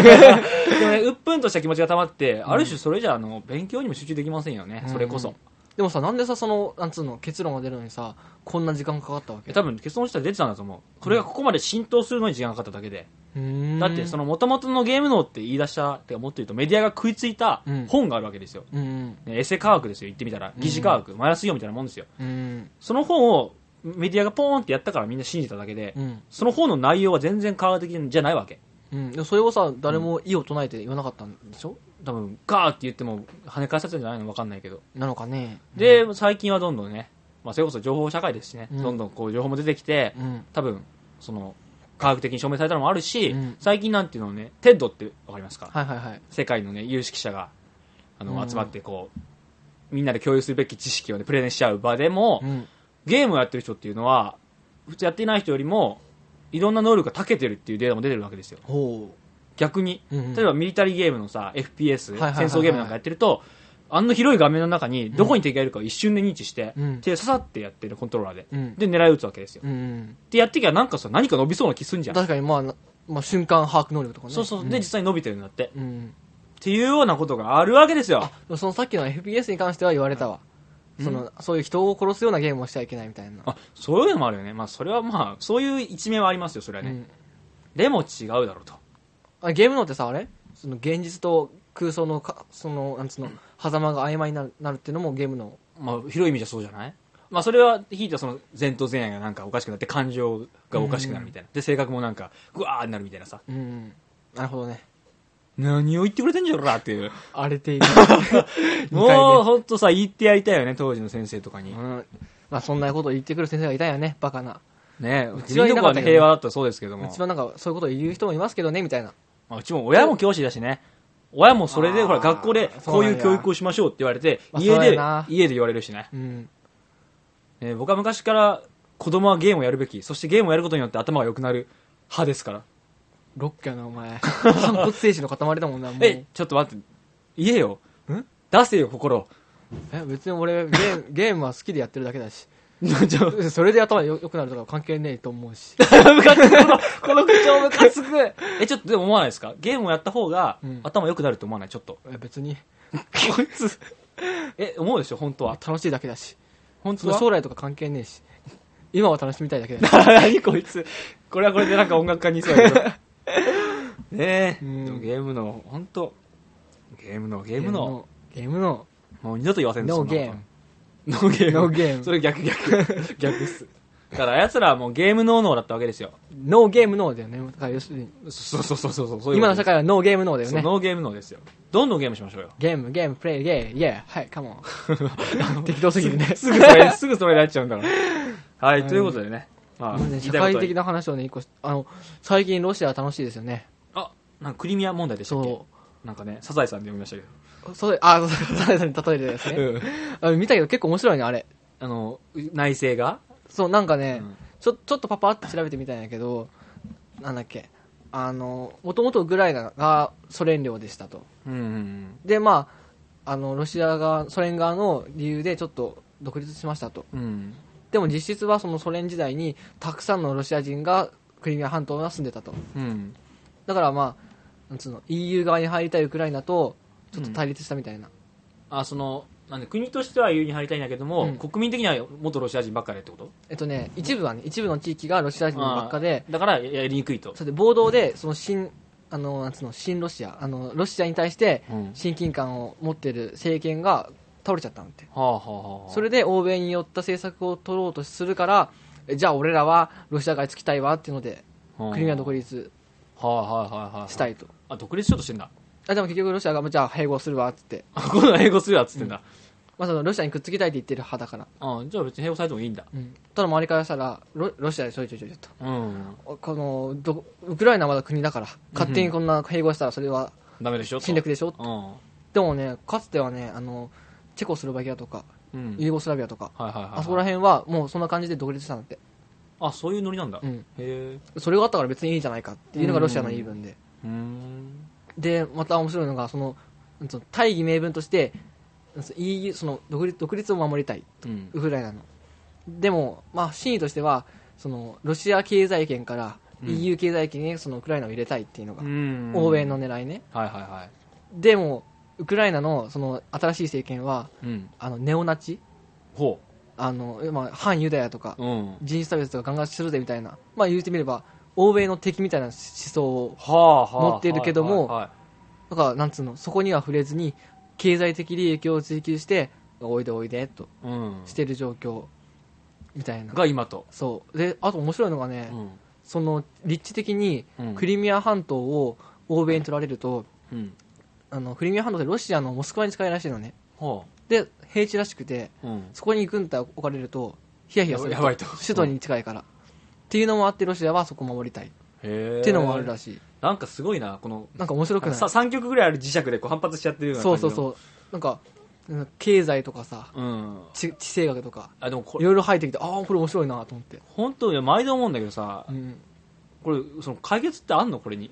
Speaker 1: ね、鬱憤とした気持ちがたまって、ある種それじゃ、あの、勉強にも集中できませんよね、それこ
Speaker 2: うん
Speaker 1: そ。
Speaker 2: でもさ、なんでさ、その、なんつうの、結論が出るのにさ、こんな時間かかったわけ
Speaker 1: 多分、結論自体出てたんだと思う。これがここまで浸透するのに時間がかかっただけで。だってそ
Speaker 2: の、
Speaker 1: の元々のゲーム脳って言い出したって思ってるとメディアが食いついた
Speaker 2: うん
Speaker 1: 本があるわけですよ、
Speaker 2: うん、
Speaker 1: ねエセ科学ですよ言ってみたら疑似科学、マイナスイオンみたいなもんですよ
Speaker 2: うん、
Speaker 1: その本をメディアがポーンってやったからみんな信じただけで、
Speaker 2: うん、
Speaker 1: その本の内容は全然科学的じゃないわけ
Speaker 2: うん。でもそれをさ、誰も異を唱えて言わなかったんでしょ
Speaker 1: 多分ガーって言っても跳ね返させたんじゃないの分かんないけど
Speaker 2: なのかね。
Speaker 1: で最近はどんどんね、まあ、それこそ情報社会ですしね、
Speaker 2: うん
Speaker 1: どんどんこう情報も出てきて
Speaker 2: うん。
Speaker 1: 多分その科学的に証明されたのもあるし、
Speaker 2: うん
Speaker 1: 最近なんていうのはねテッドって分かりますか
Speaker 2: はいはいはい。
Speaker 1: 世界のね有識者があの、
Speaker 2: うん
Speaker 1: 集まってこうみんなで共有するべき知識をねプレゼンしちゃう場でも、
Speaker 2: うん。
Speaker 1: ゲームをやってる人っていうのは普通やってない人よりもいろんな能力が長けてるっていうデータも出てるわけですよ
Speaker 2: ほ
Speaker 1: 逆に
Speaker 2: う。うん
Speaker 1: 例えばミリタリーゲームのさ FPS
Speaker 2: はいはいはいはい
Speaker 1: 戦争ゲームなんかやってるとあの広い画面の中にどこに敵がいるかを一瞬で認知して、
Speaker 2: うん
Speaker 1: 手で刺さってやってるコントローラーで、
Speaker 2: うん。
Speaker 1: で狙い撃つわけですよ
Speaker 2: うんうん。
Speaker 1: でやってきゃなんかさ何か伸びそうな気すんじゃん、
Speaker 2: 確かに、まあな、まあ、瞬間把握能力とかね。
Speaker 1: そうそうで実際に伸びてるんだって、っ
Speaker 2: うん。
Speaker 1: ていうようなことがあるわけですよ
Speaker 2: うん。そのさっきの FPS に関しては言われたわ。その、そういう人を殺すようなゲームをしちゃいけないみたいな。
Speaker 1: あそういうのもあるよね、まあ、それはまあそういう一面はありますよそれは
Speaker 2: う
Speaker 1: ね、
Speaker 2: ん。
Speaker 1: でも違うだろうと
Speaker 2: あゲームのってさあれその現実と空想のかそのなんつうの狭間が曖昧になるなるっていうのもゲームの
Speaker 1: まあ広い意味じゃそうじゃないまあそれはひいてはその前頭前野がなんかおかしくなって感情がおかしくなるみたいな、で性格もなんかぐわーになるみたいなさ
Speaker 2: うんなるほどね
Speaker 1: 何を言ってくれてんじゃろらっていう
Speaker 2: 荒れ [LAUGHS] ている二回
Speaker 1: もう本当さ言ってやりたいよね当時の先生とかに、
Speaker 2: 目うんまあそんなことを言ってくる先生がいたんやねバカな
Speaker 1: ねうち
Speaker 2: ちは
Speaker 1: の
Speaker 2: い
Speaker 1: 子
Speaker 2: なか
Speaker 1: は
Speaker 2: ったけどね
Speaker 1: 平和だったそうですけど
Speaker 2: う
Speaker 1: も
Speaker 2: ちはなんかそういうことを言う人もいますけどねみたいな
Speaker 1: まあうちも親も教師だしね親もそれで
Speaker 2: あー
Speaker 1: ほら学校でこうい
Speaker 2: そうなん
Speaker 1: う
Speaker 2: や
Speaker 1: 教育をしましょうって言われて
Speaker 2: まあ
Speaker 1: 家
Speaker 2: そうや
Speaker 1: で
Speaker 2: な
Speaker 1: 家で言われるしね
Speaker 2: うん
Speaker 1: えー僕は昔から子供はゲームをやるべきそしてゲームをやることによって頭が良くなる派ですから
Speaker 2: ロックやなお前 [LAUGHS] 反骨精神の塊だもんなもう
Speaker 1: えちょっと待って言えよ出せよ心
Speaker 2: [LAUGHS]
Speaker 1: を
Speaker 2: え別に俺ゲーム [LAUGHS] ゲームは好きでやってるだけだし
Speaker 1: [LAUGHS] ちょ
Speaker 2: それで頭よ良くなるとか関係ねえと思う
Speaker 1: [LAUGHS]
Speaker 2: し
Speaker 1: この口調ムカつく [LAUGHS] えちょっとでも思わないですかゲームをやった方が
Speaker 2: うん
Speaker 1: 頭良くなると思わないちょっと
Speaker 2: え別に
Speaker 1: こいつえ思うでしょ本当は
Speaker 2: 楽しいだけだし
Speaker 1: 本
Speaker 2: そ
Speaker 1: 当
Speaker 2: の
Speaker 1: は
Speaker 2: 将来とか関係ねえし今は楽しみたいだけだし
Speaker 1: 何こいつこれはこれでなんか音楽家にいそうやけ [LAUGHS] どねえ、
Speaker 2: うん
Speaker 1: でもゲームの本当ゲーム [LAUGHS] のゲームの
Speaker 2: ゲームの
Speaker 1: もう二度と言わせん
Speaker 2: ノー
Speaker 1: そんなことノ
Speaker 2: ゲーム
Speaker 1: ーゲーム
Speaker 2: ノーゲーム
Speaker 1: それ逆逆 [LAUGHS] 逆っすだから奴らはもうゲーム脳脳だったわけですよ
Speaker 2: ノーゲームノーだよねだから要するに
Speaker 1: そうそうそうそうそうそういう
Speaker 2: 今
Speaker 1: ことで
Speaker 2: の
Speaker 1: す
Speaker 2: 社会はノーゲームノーだよ
Speaker 1: そう
Speaker 2: ね
Speaker 1: ノーゲーム脳ですよどんどんゲームしましょうよ
Speaker 2: ゲームゲームプレイゲーイエーはいカモ
Speaker 1: [LAUGHS]
Speaker 2: ン適当すぎるね
Speaker 1: すぐ
Speaker 2: [LAUGHS]
Speaker 1: それ [LAUGHS] すぐそれになっちゃうんだからはい、ということでね、まあ、
Speaker 2: もう
Speaker 1: 言
Speaker 2: ね社
Speaker 1: いたいことは
Speaker 2: 会的な話をね一個しあの最近ロシア楽しいですよね
Speaker 1: あなんかクリミア問題でしたっけ
Speaker 2: そ
Speaker 1: なんかねサザエさんで読みましたけ
Speaker 2: うそうあそうサザエさんに例えてですね
Speaker 1: ど、
Speaker 2: あ見たけど結構面白いねあれ
Speaker 1: あの内政が
Speaker 2: そうなんかね、
Speaker 1: うん
Speaker 2: ちょちょっとパパって調べてみたんやけどなんだっけあのもともとウクライナがソ連領でしたと
Speaker 1: うんうん
Speaker 2: でまああのロシア側ソ連側の理由でちょっと独立しましたと
Speaker 1: うんうん
Speaker 2: でも実質はそのソ連時代にたくさんのロシア人がクリミア半島が住んでたと。
Speaker 1: うん。
Speaker 2: だからまあ、なんつうの、EU 側に入りたいウクライナと、ちょっと対立したみたいな。
Speaker 1: あ、その、なんで、国としては EU に入りたいんだけども、
Speaker 2: うん
Speaker 1: 国民的には元ロシア人ばっかりってこと
Speaker 2: えっとね、一部はね、一部の地域がロシア人ばっかで、
Speaker 1: あーだからややりにくいと。
Speaker 2: それで暴動で、その新、あの、なんつうの、新ロシア、あの、ロシアに対して
Speaker 1: うん
Speaker 2: 親近感を持ってる政権が倒れちゃったんって。
Speaker 1: はあ、はあはあ、
Speaker 2: それで欧米に寄った政策を取ろうとするから、えじゃあ俺らはロシア側につきたいわっていうので、
Speaker 1: うん、
Speaker 2: クリミア独
Speaker 1: 立。
Speaker 2: 立
Speaker 1: はい、はいはいはい。
Speaker 2: したいと。
Speaker 1: あ、独立しようとしてんだ。 [LAUGHS]
Speaker 2: あ、でも結局ロシアが、じゃあ併合するわってって。
Speaker 1: あ、今度は併合するわっつってんだ。
Speaker 2: まあそのロシアにくっつきたいって言ってる派だから。
Speaker 1: うん、じゃあ別に併合されてもいいんだ。
Speaker 2: うん。ただ周りからしたら、ロロシアでちょいちょいちょいちょいと。
Speaker 1: うん。
Speaker 2: おこのど、ウクライナはまだ国だから、勝手にこんな併合したらそれは
Speaker 1: ダメでしょと
Speaker 2: 侵略でしょ。
Speaker 1: うん。
Speaker 2: でもね、かつてはね、あの、チェコスロバキアとか、
Speaker 1: うん。
Speaker 2: ユーゴスラビアとか、
Speaker 1: はいはいはいはい。
Speaker 2: あそこら辺はもうそんな感じで独立したんだって。
Speaker 1: あ、そういうノリなんだ。
Speaker 2: う
Speaker 1: へ
Speaker 2: ん。
Speaker 1: え。
Speaker 2: それがあったから別にいいじゃないかっていうのがロシアの言い分で。
Speaker 1: うーん。
Speaker 2: でまた面白いのがそのなんつうの大義名分としてなんつうの EU その独立独立を守りたい
Speaker 1: うん。
Speaker 2: ウクライナのでも、まあ、真意としてはそのロシア経済圏から
Speaker 1: うん
Speaker 2: EU 経済圏にそのウクライナを入れたいっていうのが、
Speaker 1: うん
Speaker 2: 欧米の。狙いね
Speaker 1: はいはいは。
Speaker 2: でもウクライナのその新しい政権はい
Speaker 1: うん。
Speaker 2: あのネオナチ
Speaker 1: ほ
Speaker 2: あの、まあ、反ユダヤとか
Speaker 1: う。うん。
Speaker 2: 人種差別とかガンガンするぜみたいな、まあ、言ってみれば欧米の敵みたいな思想を
Speaker 1: はあはあ。
Speaker 2: 持ってるけど
Speaker 1: はい
Speaker 2: も
Speaker 1: はいはい
Speaker 2: だからなんつうのそこには触れずに経済的利益を追求しておいでおいでと
Speaker 1: うん
Speaker 2: し。てる状況みたいな
Speaker 1: が今と。
Speaker 2: そうであと面白いのがね、
Speaker 1: うん。
Speaker 2: その立地的に
Speaker 1: うん
Speaker 2: クリミア半島を欧米に取られると、
Speaker 1: うん。
Speaker 2: あのクリミア半島ってロシアのモスクワに近いらしいのね
Speaker 1: は
Speaker 2: で平地らしくて
Speaker 1: あ。うん。
Speaker 2: そこに軍隊を置かれるとヒヤヒヤする
Speaker 1: やばいと
Speaker 2: 首都に近いから、っていうのもあってロシアはそこを守りたいっ
Speaker 1: へえ。
Speaker 2: ていうのもあるら
Speaker 1: しい。
Speaker 2: しい、
Speaker 1: なんかすごいな、この。
Speaker 2: なんか面白くない
Speaker 1: さ3曲ぐらいある磁石でこう反発しちゃってるような
Speaker 2: そう
Speaker 1: 感じ
Speaker 2: そう
Speaker 1: の
Speaker 2: そうなんかうん経済とかさ、
Speaker 1: う。うん。
Speaker 2: 地地政学とか
Speaker 1: あ、でもこ
Speaker 2: い
Speaker 1: れ、
Speaker 2: ろいろ入ってきてああこれ面白いなと思って、
Speaker 1: 本当いや毎度思うんだけどさ
Speaker 2: う、ん、
Speaker 1: これ、その解決ってあんのこれに。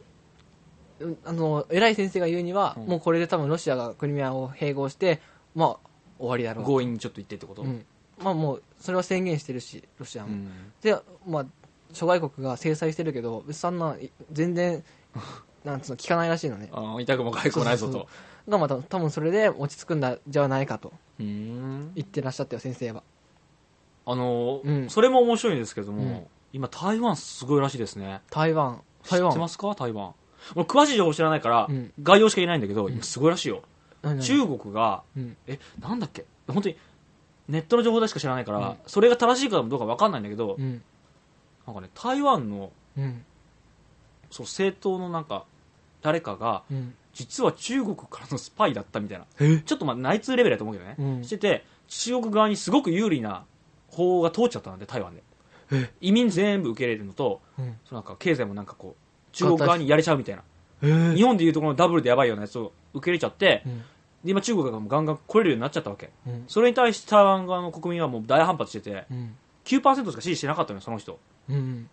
Speaker 2: あの偉い先生が言うには、
Speaker 1: うん
Speaker 2: もうこれで多分ロシアがクリミアを併合してまあ終わりだろう
Speaker 1: 強引にちょっと言ってってこと
Speaker 2: うん、まあもうそれは宣言してるしロシア
Speaker 1: う
Speaker 2: も、
Speaker 1: ん。
Speaker 2: でまあ諸外国が制裁してるけど別にそんない
Speaker 1: [LAUGHS]
Speaker 2: 全然なんつうの聞かないらしいのね
Speaker 1: あ痛くもかゆくもないぞ
Speaker 2: そう
Speaker 1: と。
Speaker 2: がまた多分それで落ち着くんだじゃないかと
Speaker 1: うーん。
Speaker 2: 言ってらっしゃったよ先生は
Speaker 1: あのー
Speaker 2: うん
Speaker 1: それも面白いんですけども、
Speaker 2: うん
Speaker 1: 今台湾すごいらしいですね
Speaker 2: 台湾台
Speaker 1: 知ってま
Speaker 2: 湾
Speaker 1: すか台湾俺詳しい情報知らないから、
Speaker 2: うん
Speaker 1: 概要しか言えないんだけど今すごいらしいよ、
Speaker 2: 何
Speaker 1: 中国が
Speaker 2: うん
Speaker 1: えなんだっけ本当にネットの情報でしか知らないから、
Speaker 2: うん
Speaker 1: それが正しいかどうか分かんないんだけど、
Speaker 2: うん
Speaker 1: なんかね台湾の
Speaker 2: うん
Speaker 1: そう政党のなんか誰かが
Speaker 2: うん
Speaker 1: 実は中国からのスパイだったみたいな
Speaker 2: え
Speaker 1: ちょっとまあ内通レベルだと思うけどね、
Speaker 2: うん
Speaker 1: してて中国側にすごく有利な法が通っちゃったんで台湾で移民全部受け入れるのと
Speaker 2: うん
Speaker 1: そのなんか経済もなんかこう中国側にやれちゃうみたいな
Speaker 2: え
Speaker 1: [LAUGHS]
Speaker 2: ー
Speaker 1: 日本でいうところのダブルでやばいようなやつを受け入れちゃって
Speaker 2: うん
Speaker 1: で今中国がもうガンガン来れるようになっちゃったわけ
Speaker 2: うん
Speaker 1: それに対して台湾側の国民はもう大反発してて
Speaker 2: うん
Speaker 1: 9%しか支持してなかったのよその人
Speaker 2: うん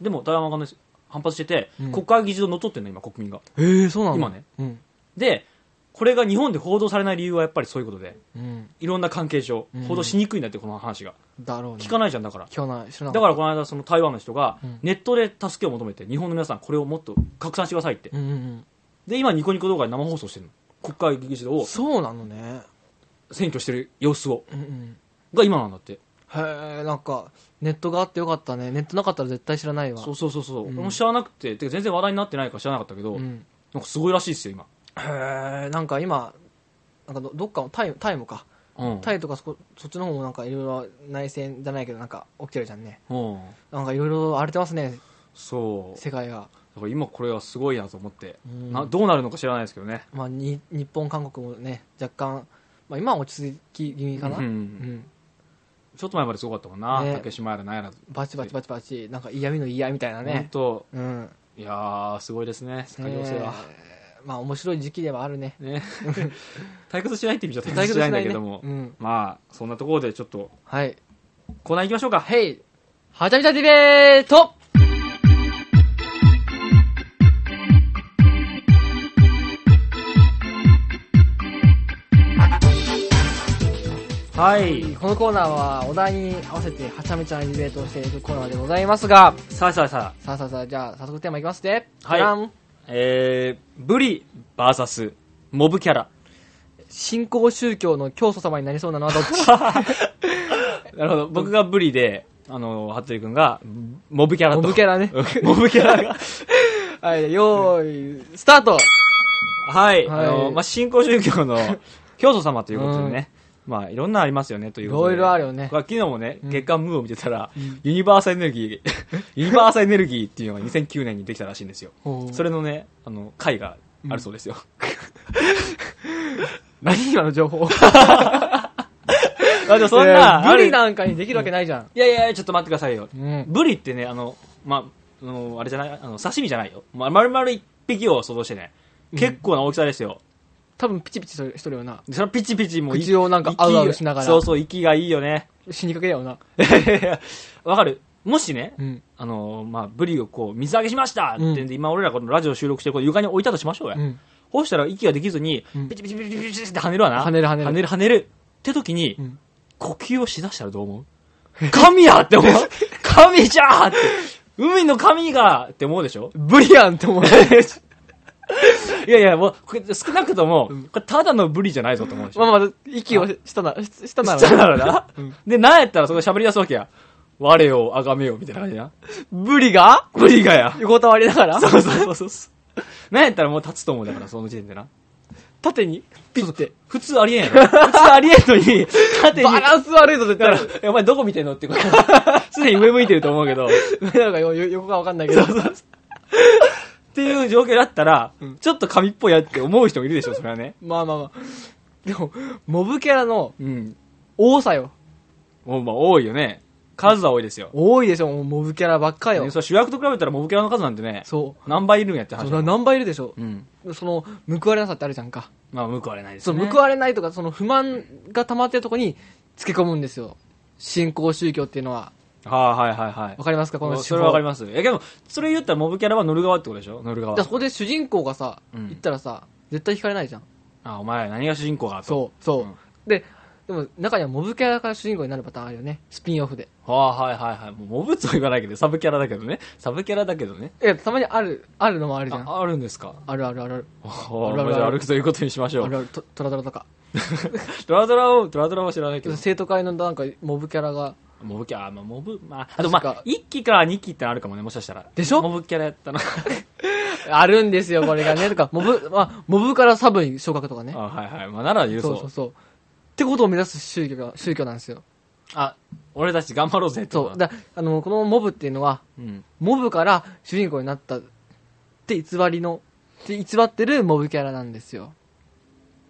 Speaker 1: でも台湾側の反発してて
Speaker 2: うん
Speaker 1: 国会議事堂にのっとってんの今国民が
Speaker 2: えー、そうなの
Speaker 1: 今ね
Speaker 2: うん。
Speaker 1: でこれが日本で報道されない理由はやっぱりそういうことで
Speaker 2: うん。
Speaker 1: いろんな関係上
Speaker 2: うん
Speaker 1: 報道しにくいんだってこの話が
Speaker 2: だろうね。
Speaker 1: 聞かないじゃんだから
Speaker 2: 聞かない。知らな
Speaker 1: だ
Speaker 2: か
Speaker 1: からこの間その台湾の人が
Speaker 2: うん
Speaker 1: ネットで助けを求めて日本の皆さんこれをもっと拡散してくださいって
Speaker 2: ら。うんうん
Speaker 1: で今ニコニコ動画で生放送してるの国会議事堂
Speaker 2: うん。
Speaker 1: を
Speaker 2: そうなのね。
Speaker 1: 選挙してる様子を
Speaker 2: うんうん。
Speaker 1: が今なんだって
Speaker 2: へえ、なんか、ネットがあってよかったね。ネットなかったら絶対知らないわ。
Speaker 1: そうそうそうそう、
Speaker 2: うん
Speaker 1: 俺も知らなくててか全然話題になってないから知らなかったけど、
Speaker 2: うん。
Speaker 1: なんかすごいらしいですよ
Speaker 2: へえ、なんか今、なんかどどっかのタイタイムか。
Speaker 1: 今うん
Speaker 2: タイとかそこそっちの方もなんかいろいろ内戦じゃないけどなんか起きてるじゃんね。
Speaker 1: うん
Speaker 2: なんかいろいろ荒れてますね、
Speaker 1: そう
Speaker 2: 世界が。
Speaker 1: だから今これはすごいなと思って、
Speaker 2: うん
Speaker 1: などうなるのか知らないですけどね
Speaker 2: まあに、日本、韓国もね、若干、まあ今は落ち着き気味かな。
Speaker 1: うん
Speaker 2: うん
Speaker 1: ちょっと前まですごかったもんな、
Speaker 2: ね
Speaker 1: 竹島やらなんやら
Speaker 2: バチバチバチバチ、なんか嫌味の言い合いみたいな
Speaker 1: 本
Speaker 2: ね。
Speaker 1: 当
Speaker 2: うん。
Speaker 1: いやーすごいですね世界情勢は、
Speaker 2: えーまあ面白い時期ではあるね。
Speaker 1: ね [LAUGHS] 退屈しないって意味じゃ退屈しないんだけども、
Speaker 2: うん。
Speaker 1: まあそんなところでちょっと
Speaker 2: はい。
Speaker 1: コーナー行きましょうか
Speaker 2: ヘイはちゃみちゃディベート
Speaker 1: はい。
Speaker 2: このコーナーはお題に合わせてはちゃめちゃなディベートをしているコーナーでございますが、
Speaker 1: さあさあさあ、
Speaker 2: さあさあさあ、じゃあ早速テーマいきますね。
Speaker 1: はい
Speaker 2: じゃん
Speaker 1: えー、ブリ VS モブキャラ。
Speaker 2: 新興宗教の教祖様になりそうなのはどっち
Speaker 1: [LAUGHS] なるほど。僕がブリで、あの、服部君が、モブキャラと。
Speaker 2: モブキャラね。
Speaker 1: うん [LAUGHS] モブキャラが。
Speaker 2: はい、よーい、スタート
Speaker 1: はい。
Speaker 2: は
Speaker 1: あ
Speaker 2: い
Speaker 1: の、まあ、新興宗教の教祖様ということでね。まあ、いろんなありますよね、ということで。
Speaker 2: いろいろあるよね
Speaker 1: 僕は昨日もね、月刊ムーを見てたら、ユニバーサルエネルギー、 [LAUGHS] ユニバーサルエネルギーっていうのが2009年にできたらしいんですよ。そ
Speaker 2: れ、
Speaker 1: れのね、あの、回があるそうですよ。 [LAUGHS]
Speaker 2: 何今の情報
Speaker 1: あ、でもそん
Speaker 2: いや
Speaker 1: な、あ
Speaker 2: ブ
Speaker 1: る
Speaker 2: リなんかにできるわけないじゃん。
Speaker 1: いやいやいや、ちょっと待ってくださいよ。
Speaker 2: [LAUGHS] うん。
Speaker 1: ブリってね、あの、まあ、あの、あれじゃない、あの、刺身じゃないよ。ま、丸々一匹を想像してね。結構な大きさですよ。
Speaker 2: 多分ピチピチしとるよな。
Speaker 1: でそのピチピチもう
Speaker 2: 口をなんか
Speaker 1: 息
Speaker 2: あうあうしながら
Speaker 1: そうそう、息がいいよね。 [LAUGHS]
Speaker 2: 死にかけだよな。
Speaker 1: わかるもしね、
Speaker 2: うん。
Speaker 1: あのーまあ、ブリをこう、水揚げしましたって、
Speaker 2: うん
Speaker 1: で今俺らこのラジオ収録して、こう床に置いたとしましょうや。
Speaker 2: うん。
Speaker 1: こうしたら息ができずに
Speaker 2: うん、
Speaker 1: ピチピチピチピチピチって跳ねるわな。
Speaker 2: 跳ねる跳ねる
Speaker 1: 跳ねる跳ねる。って時に、
Speaker 2: うん
Speaker 1: 呼吸をしだしたらどう思う神やって思う神じゃーって。海の神がって思うでしょ
Speaker 2: ブリアンって思う。
Speaker 1: いやいや、もう、これ少なくとも、これただのブリじゃないぞと思うでしょ
Speaker 2: まあまあ、息をしたな、ししたなら。
Speaker 1: したらな
Speaker 2: うん。
Speaker 1: で、なんやったらそこで喋り出すわけや。我よ、あがめよ、みたいな感じな。
Speaker 2: ブリが
Speaker 1: ブリがや。
Speaker 2: 横たわりながら
Speaker 1: そうそうそうそう。なんやったらもう立つと思うだから、その時点でな。
Speaker 2: 縦にピッて。
Speaker 1: 普通ありえんやろ。 [LAUGHS] 普通ありえんのに、縦に。
Speaker 2: バランス悪いぞ、絶
Speaker 1: だから
Speaker 2: 対。、
Speaker 1: えお前どこ見てんのってこと。すでに上向いてると思うけど。
Speaker 2: なんかよよ横がわかんないけど。
Speaker 1: っていう状況だったら、
Speaker 2: うん
Speaker 1: ちょっと神っぽいやって思う人もいるでしょ、それはね。
Speaker 2: まあまあまあ。でも、モブキャラの
Speaker 1: うん。
Speaker 2: 多さよ。
Speaker 1: もうまあ多いよね。数は多いですよ。
Speaker 2: 多いでしょ、もうモブキャラばっかよ
Speaker 1: ね。そう主役と比べたらモブキャラの数なんてね、
Speaker 2: そ
Speaker 1: 何倍いるんやって
Speaker 2: う。そ
Speaker 1: 話
Speaker 2: んな何倍いるでしょ。
Speaker 1: うん。
Speaker 2: その、報われなさってあるじゃんか。
Speaker 1: まあ報われないです
Speaker 2: そ
Speaker 1: よね。
Speaker 2: の報われないとか、その不満が溜まってるとこに、つけ込むんですよ。信仰宗教っていうのは。
Speaker 1: はあ、はいはいはい
Speaker 2: わ。かりますかこの手法
Speaker 1: それはわかります。え、でも、それ言ったらモブキャラは乗る側ってことでしょ乗る側
Speaker 2: じゃあ。そこで主人公がさ、
Speaker 1: うん
Speaker 2: 行ったらさ、絶対惹かれないじゃん。
Speaker 1: あ、お前何が主人公かと。
Speaker 2: そう、そう。
Speaker 1: ん
Speaker 2: で、でも中にはモブキャラから主人公になるパターンあるよね。スピンオフで。
Speaker 1: はあ、はいはいはい。もうモブとは言わないけど、サブキャラだけどね。サブキャラだけどね。
Speaker 2: いや、たまにある、あるのもあるじゃん。あ
Speaker 1: あ、あるんですか
Speaker 2: るあるあるある。
Speaker 1: あ
Speaker 2: あるある
Speaker 1: じゃあ歩くということにしましょ
Speaker 2: あ
Speaker 1: う
Speaker 2: る。ある、トトラドラとか。
Speaker 1: [LAUGHS] ドラドラを、ドラドラは知らないけど。
Speaker 2: 生徒会のなんかモブキャラが、
Speaker 1: モブキャラ、まあ、モブ、まあ、あとま
Speaker 2: 確か
Speaker 1: あ、1期か2期ってあるかもね、もしかしたら。
Speaker 2: でしょ
Speaker 1: モブキャラや
Speaker 2: [LAUGHS]
Speaker 1: ったな。
Speaker 2: あるんですよ、これがね。とか、モブ、まあ、モブからサブに昇格とかね
Speaker 1: あ。はいはい。まあ、なら言う
Speaker 2: そう
Speaker 1: そ
Speaker 2: そう
Speaker 1: う。
Speaker 2: そう。ってことを目指す宗教が、宗教なんですよ。
Speaker 1: あ、俺たち頑張ろうぜってこと
Speaker 2: そう。
Speaker 1: だ。
Speaker 2: だ、あの、このモブっていうのは、
Speaker 1: うん。
Speaker 2: モブから主人公になったって偽りの、って偽ってるモブキャラなんですよ。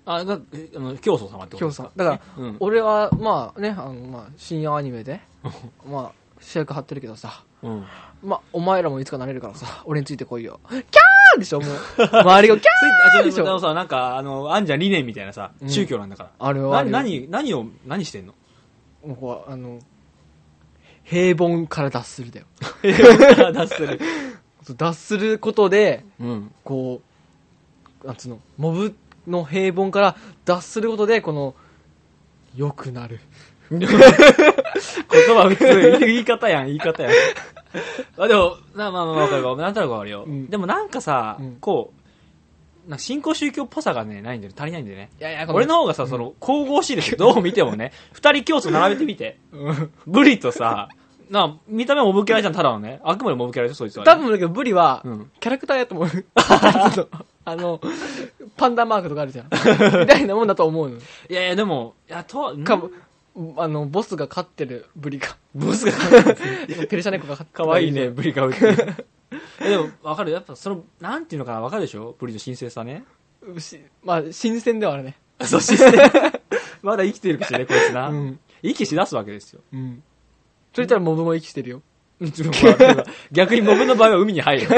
Speaker 1: あ、だえあの、教祖様ってことで
Speaker 2: 今日
Speaker 1: すか
Speaker 2: さ。だから、
Speaker 1: ら、うん。
Speaker 2: 俺は、まあね、あの、まあ、深夜アニメで、 [LAUGHS] まあ、主役張ってるけどさ、
Speaker 1: うん。
Speaker 2: まあ、お前らもいつかなれるからさ、俺についてこいよ。キャーでしょ、もう。
Speaker 1: [LAUGHS]
Speaker 2: 周りがキ
Speaker 1: あ、
Speaker 2: ャー
Speaker 1: で
Speaker 2: で
Speaker 1: も
Speaker 2: しょ。
Speaker 1: さ、なんか、あの、あんじゃん理念みたいなさ、
Speaker 2: うん
Speaker 1: 宗教なんだから。
Speaker 2: あれは
Speaker 1: な
Speaker 2: あれ
Speaker 1: 何、何を、何してん
Speaker 2: [LAUGHS]
Speaker 1: の
Speaker 2: もうこうあの、平凡から脱するだよ。
Speaker 1: 出する。
Speaker 2: そう脱することで、
Speaker 1: うん。
Speaker 2: こう、なんつうの、モブの平凡から脱することで、この、良くなる。
Speaker 1: 言葉普通、言い方やん、言い方や
Speaker 2: [LAUGHS]
Speaker 1: ん。あでも、なまあまあまあ、わかるわ。なんとなくわかるよ。
Speaker 2: うん
Speaker 1: でもなんかさ、
Speaker 2: うん
Speaker 1: こう、なんか信仰宗教っぽさがね、ないんだよね。足りないんだよね。
Speaker 2: いやいや、
Speaker 1: 俺の、方がさ、その、神々しいですよ。どう見ても
Speaker 2: [LAUGHS]
Speaker 1: ね。二人教祖並べてみて。ブリとさ、な見た目もモブキャラじゃん、ただのね。あくまでモブキャラでしょ、そいつは、
Speaker 2: 多分だけど、ブリは
Speaker 1: うん、
Speaker 2: キャラクターやと [LAUGHS] 思う。あのあの、パンダマークとかあるじゃん。みたいなもんだと思うの。
Speaker 1: いやいや、でも、いや、とは、ん
Speaker 2: かも、あの、ボスが飼ってるブリが。
Speaker 1: ブスが、
Speaker 2: [LAUGHS] ペルシャ猫が飼ってる。
Speaker 1: 可愛いね、。ブリ買うって。 [LAUGHS] えでも、わかるやっぱ、その、なんていうのかな、わかるでしょブリの神聖さね。
Speaker 2: しまあ、新鮮ではあるね。
Speaker 1: [LAUGHS] そして、 [LAUGHS] まだ生きてる口ね、こいつな。
Speaker 2: うん
Speaker 1: 息し出すわけ [LAUGHS] ですよ。
Speaker 2: うん。それ言ったらモブも息してるよ。
Speaker 1: 逆にモブの場合は海に入る。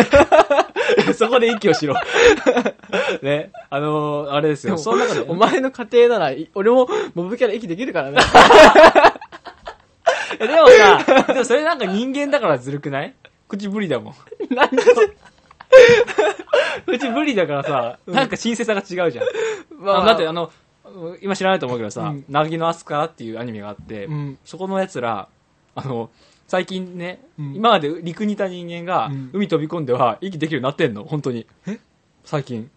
Speaker 1: [LAUGHS] そこで息をしろ。ね。あのーあれです
Speaker 2: で
Speaker 1: よ。
Speaker 2: も
Speaker 1: その中で、
Speaker 2: お前の家庭なら、い俺もモブキャラ息できるからね。
Speaker 1: えでもさ、でもそれなんか人間だからずるくない口ぶりだもん。
Speaker 2: なん
Speaker 1: [LAUGHS]
Speaker 2: で
Speaker 1: 口ぶりだからさ、なんか神聖さが違うじゃん。
Speaker 2: まあ
Speaker 1: あのだってあの、うん今知らないと思うけどさ
Speaker 2: うん
Speaker 1: 「凪のアスカ」っていうアニメがあって、
Speaker 2: うん
Speaker 1: そこのやつらあの最近ね、
Speaker 2: うん
Speaker 1: 今まで陸にいた人間が
Speaker 2: うん
Speaker 1: 海飛び込んでは息できるようになってんの本当に
Speaker 2: え
Speaker 1: 最近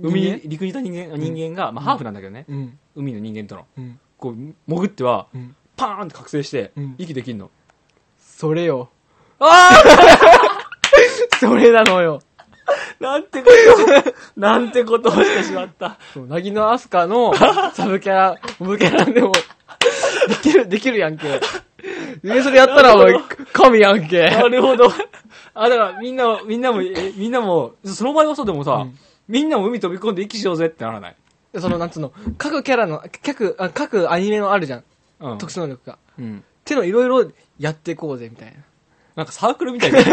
Speaker 1: 海
Speaker 2: 海
Speaker 1: に陸にいた人間人間が、まあ、ハーフなんだけどね、
Speaker 2: うん
Speaker 1: 海の人間との
Speaker 2: うん
Speaker 1: こう潜っては
Speaker 2: うん
Speaker 1: パーンって覚醒して
Speaker 2: うん
Speaker 1: 息できんの、
Speaker 2: それよ
Speaker 1: ああ
Speaker 2: [LAUGHS] それなのよ
Speaker 1: [LAUGHS] なんてことなんてことをしてしまった
Speaker 2: そうなぎのアスカのサブキャラモブキャラでもできるできるやんけでそれやったらお前神やんけ
Speaker 1: [LAUGHS] なるほど。あ、だからみんな、みんなも、えみんなも、その場合はそうでもさ、
Speaker 2: うん
Speaker 1: みんなも海飛び込んで息しようぜってならない。
Speaker 2: そのなんつうの各キャラの各あ各アニメのあるじゃん
Speaker 1: うん。
Speaker 2: 特殊能力がっ
Speaker 1: うん。
Speaker 2: てのいろいろやっていこうぜみたいな
Speaker 1: なんかサークルみたいな。な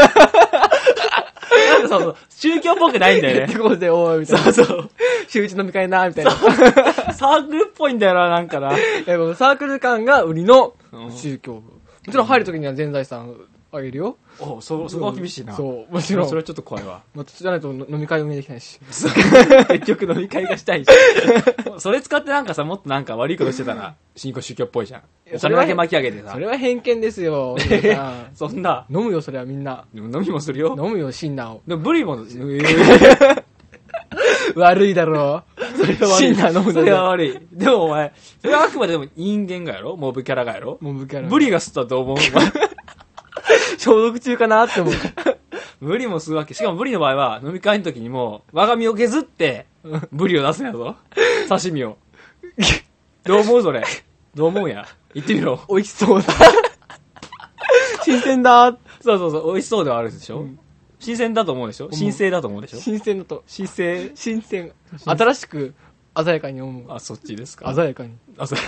Speaker 1: んかそうそう、宗教っぽくないんだ
Speaker 2: や
Speaker 1: よ
Speaker 2: って
Speaker 1: ね。
Speaker 2: いこうぜおいみたいな
Speaker 1: そうそう。
Speaker 2: 週一飲み会なみたいな
Speaker 1: サークルっぽいんだよな、なんかな。
Speaker 2: やっぱサークル感が売りの
Speaker 1: うん
Speaker 2: 宗教部。もちろん入るときには全財産あげるよ。
Speaker 1: おそ、そこは厳しいな。
Speaker 2: そう、もち
Speaker 1: それ
Speaker 2: ろん。
Speaker 1: それはちょっと怖いわ。
Speaker 2: まあじゃないと飲み会運営できないし。
Speaker 1: 結局飲み会がしたいし。それ使ってなんかさ、もっとなんか悪いことしてたら、新興宗教っぽいじゃん。お金だけ巻き上げてさ
Speaker 2: そ。れは偏見です [LAUGHS] よ。皆さん
Speaker 1: そんな、
Speaker 2: 飲むよ、それはみん [LAUGHS] な。
Speaker 1: でも飲みもするよ
Speaker 2: 飲。むよ、シンナーを。
Speaker 1: でもブリも、
Speaker 2: 悪いだろ
Speaker 1: それは悪い
Speaker 2: シンナー飲む
Speaker 1: そ
Speaker 2: の
Speaker 1: れ
Speaker 2: ね
Speaker 1: は悪い。でもお前、それはあくまででも人間がやろモブキャラがやろ
Speaker 2: う。もうブキャラ。
Speaker 1: ブリが吸ったと思う。 [LAUGHS] お前
Speaker 2: 消毒中かなって思う。
Speaker 1: ブリも吸うわけ。しかもブリの場合は飲み会の時にも、我が身を削って、ブリを出すんやぞ。刺身を。どう思うそれ。どう思うんや。言ってみろ。
Speaker 2: [LAUGHS] 美味しそうだ。 [LAUGHS] 新鮮だ。
Speaker 1: そうそうそう、美味しそうではあるでしょ、新鮮だと思うでしょ
Speaker 2: う
Speaker 1: 新鮮だと思うでしょ
Speaker 2: 新鮮だと。
Speaker 1: 新鮮。
Speaker 2: 新鮮。新しく鮮やかに思う。
Speaker 1: あ、そっちですか
Speaker 2: 鮮やかに。
Speaker 1: あ、そう。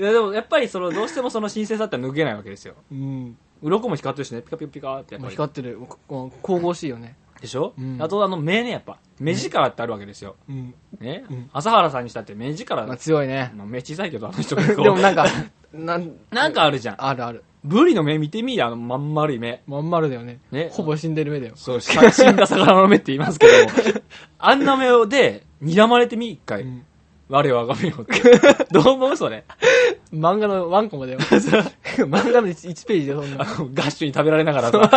Speaker 1: いやでもやっぱりその、どうしてもその新鮮さって抜けないわけですよ。
Speaker 2: うん。
Speaker 1: 鱗も光ってるしね、ピカピカピカってやっ
Speaker 2: も
Speaker 1: ぱ
Speaker 2: う
Speaker 1: り。
Speaker 2: 光ってる。こう神々しいよね。
Speaker 1: でしょ、
Speaker 2: うん
Speaker 1: あとあの目ねやっぱ目力ってあるわけですよ、
Speaker 2: うん。
Speaker 1: ね
Speaker 2: うん
Speaker 1: 朝原さんにしたって目力、
Speaker 2: まあ強いね。
Speaker 1: まあ目小さいけどあの人
Speaker 2: [LAUGHS] で
Speaker 1: 結構
Speaker 2: もなんか、なん、
Speaker 1: なんかあるじゃん
Speaker 2: あるある。
Speaker 1: ブリの目見てみあのまん丸い目
Speaker 2: まん丸だよね。
Speaker 1: ね
Speaker 2: ほぼ死んでる目だよ。 [LAUGHS]
Speaker 1: そう死んだ魚の目って言いますけどもあんな目で睨まれてみ一回、
Speaker 2: うん
Speaker 1: 我をあがめようってどう思うそれ
Speaker 2: 漫画のワンコマだよ。 [LAUGHS] 漫画の 1, ページでそん
Speaker 1: あ
Speaker 2: な。
Speaker 1: のガッシュに食べられながら
Speaker 2: [LAUGHS]
Speaker 1: さ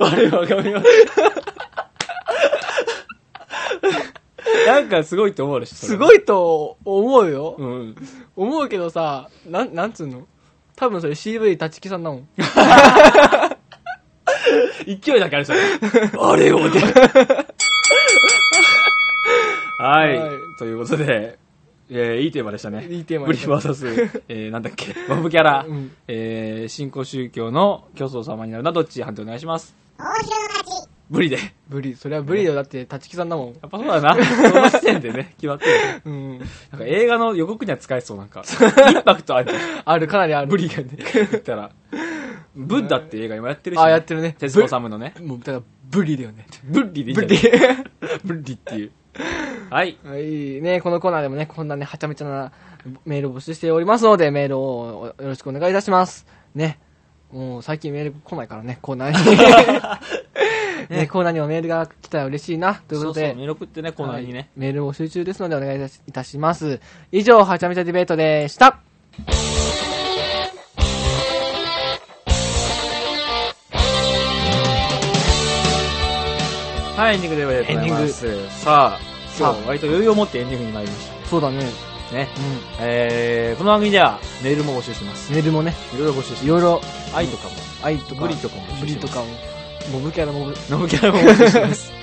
Speaker 1: 我をあがめようってなんかすごいと思うでしょ
Speaker 2: す
Speaker 1: い
Speaker 2: ごいと思うよ。
Speaker 1: うん
Speaker 2: 思うけどさ、なん、なんつうの多分それ CV 立木さんだもん。
Speaker 1: 勢いだけあるそれ。あれをで。はい、
Speaker 2: はい
Speaker 1: ということで、えーいいテーマでしたね。
Speaker 2: いいテーマ
Speaker 1: ブ
Speaker 2: で
Speaker 1: リ
Speaker 2: した [LAUGHS]
Speaker 1: VS、えーなんだっけ、モブキャラ、
Speaker 2: うん
Speaker 1: えー新興宗教の教祖様になるな、どっち判定お願いします。ブリで。や
Speaker 2: ブリ、それはブリだよ。だって立木さんだもん。
Speaker 1: っぱそうだな。その時点で
Speaker 2: [LAUGHS]
Speaker 1: ね、決まってる。
Speaker 2: うん。
Speaker 1: なんか映画の予告には使えそう、なん
Speaker 2: [LAUGHS]
Speaker 1: か。インパクトある。
Speaker 2: ある、かなりある。
Speaker 1: ブリがね、言ったら。ブッダっていう映画今やってるし、
Speaker 2: あ、やってるね。
Speaker 1: 鉄道サムのね。
Speaker 2: ブリもう、ただ、ブリだよね。
Speaker 1: ブッリでいいん
Speaker 2: ブ
Speaker 1: じゃ
Speaker 2: リ
Speaker 1: ない。 [LAUGHS] ブッリっていう。はい。
Speaker 2: はい、ね、このコーナーでもね、こんなね、はちゃめちゃなメールを募集しておりますので、メールをよろしくお願いいたします。ね。もう最近メール来ないからね、コーナーに。ね、コーナーにもメールが来たら嬉しいな、ということで。
Speaker 1: そうそう、メロクってね、コーナーに
Speaker 2: はい
Speaker 1: ね。
Speaker 2: メールを集中ですのでお願いいたしいたします。以上、はちゃめちゃディベートでした。
Speaker 1: はい、エンディングでございます。さあ、今日は割と余裕を持ってエンディングに参りまし
Speaker 2: そうだね。
Speaker 1: たね。えー、この番組ではメールも募集してます。
Speaker 2: メールもね、
Speaker 1: いろいろ募集して
Speaker 2: いろいろ、
Speaker 1: ます。愛とかも、
Speaker 2: 愛とか、
Speaker 1: ブリとかも
Speaker 2: ブリとかも、モブキャラモブ、
Speaker 1: ノブキャラも募集してます。 [LAUGHS]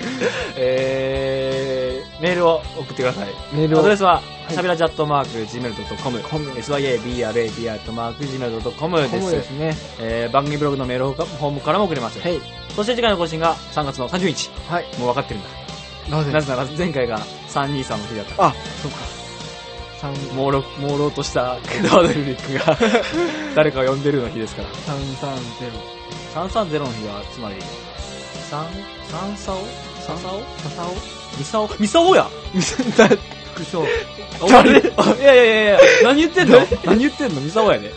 Speaker 1: えー、メールを送ってください。
Speaker 2: メール
Speaker 1: アドレ
Speaker 2: を、
Speaker 1: スは、
Speaker 2: い
Speaker 1: しゃべらじゃっとマーク、gmail.com、
Speaker 2: com
Speaker 1: syabrab アットマーク、gmail.com
Speaker 2: コムで
Speaker 1: ですす。
Speaker 2: ね。
Speaker 1: えー、番組ブログのメールフォームからも送れます。
Speaker 2: はい。
Speaker 1: そして次回の更新が3月の30日。
Speaker 2: はい。
Speaker 1: もう分かってるんだ。
Speaker 2: なぜ
Speaker 1: なぜなら前回が323の日だった。
Speaker 2: あ、そうか。三
Speaker 1: 朦朧、朦朧としたダードルリックが
Speaker 2: [LAUGHS]
Speaker 1: 誰かを呼んでるの日ですから。
Speaker 2: 三三ゼロ。
Speaker 1: 330の日は、つまり、三、三サオ三サオ
Speaker 2: ササ
Speaker 1: ミサオミサオや
Speaker 2: オ。 [LAUGHS] だ、副将。
Speaker 1: 誰いやいやいやいや、何言ってんの何言ってんのミサオやで。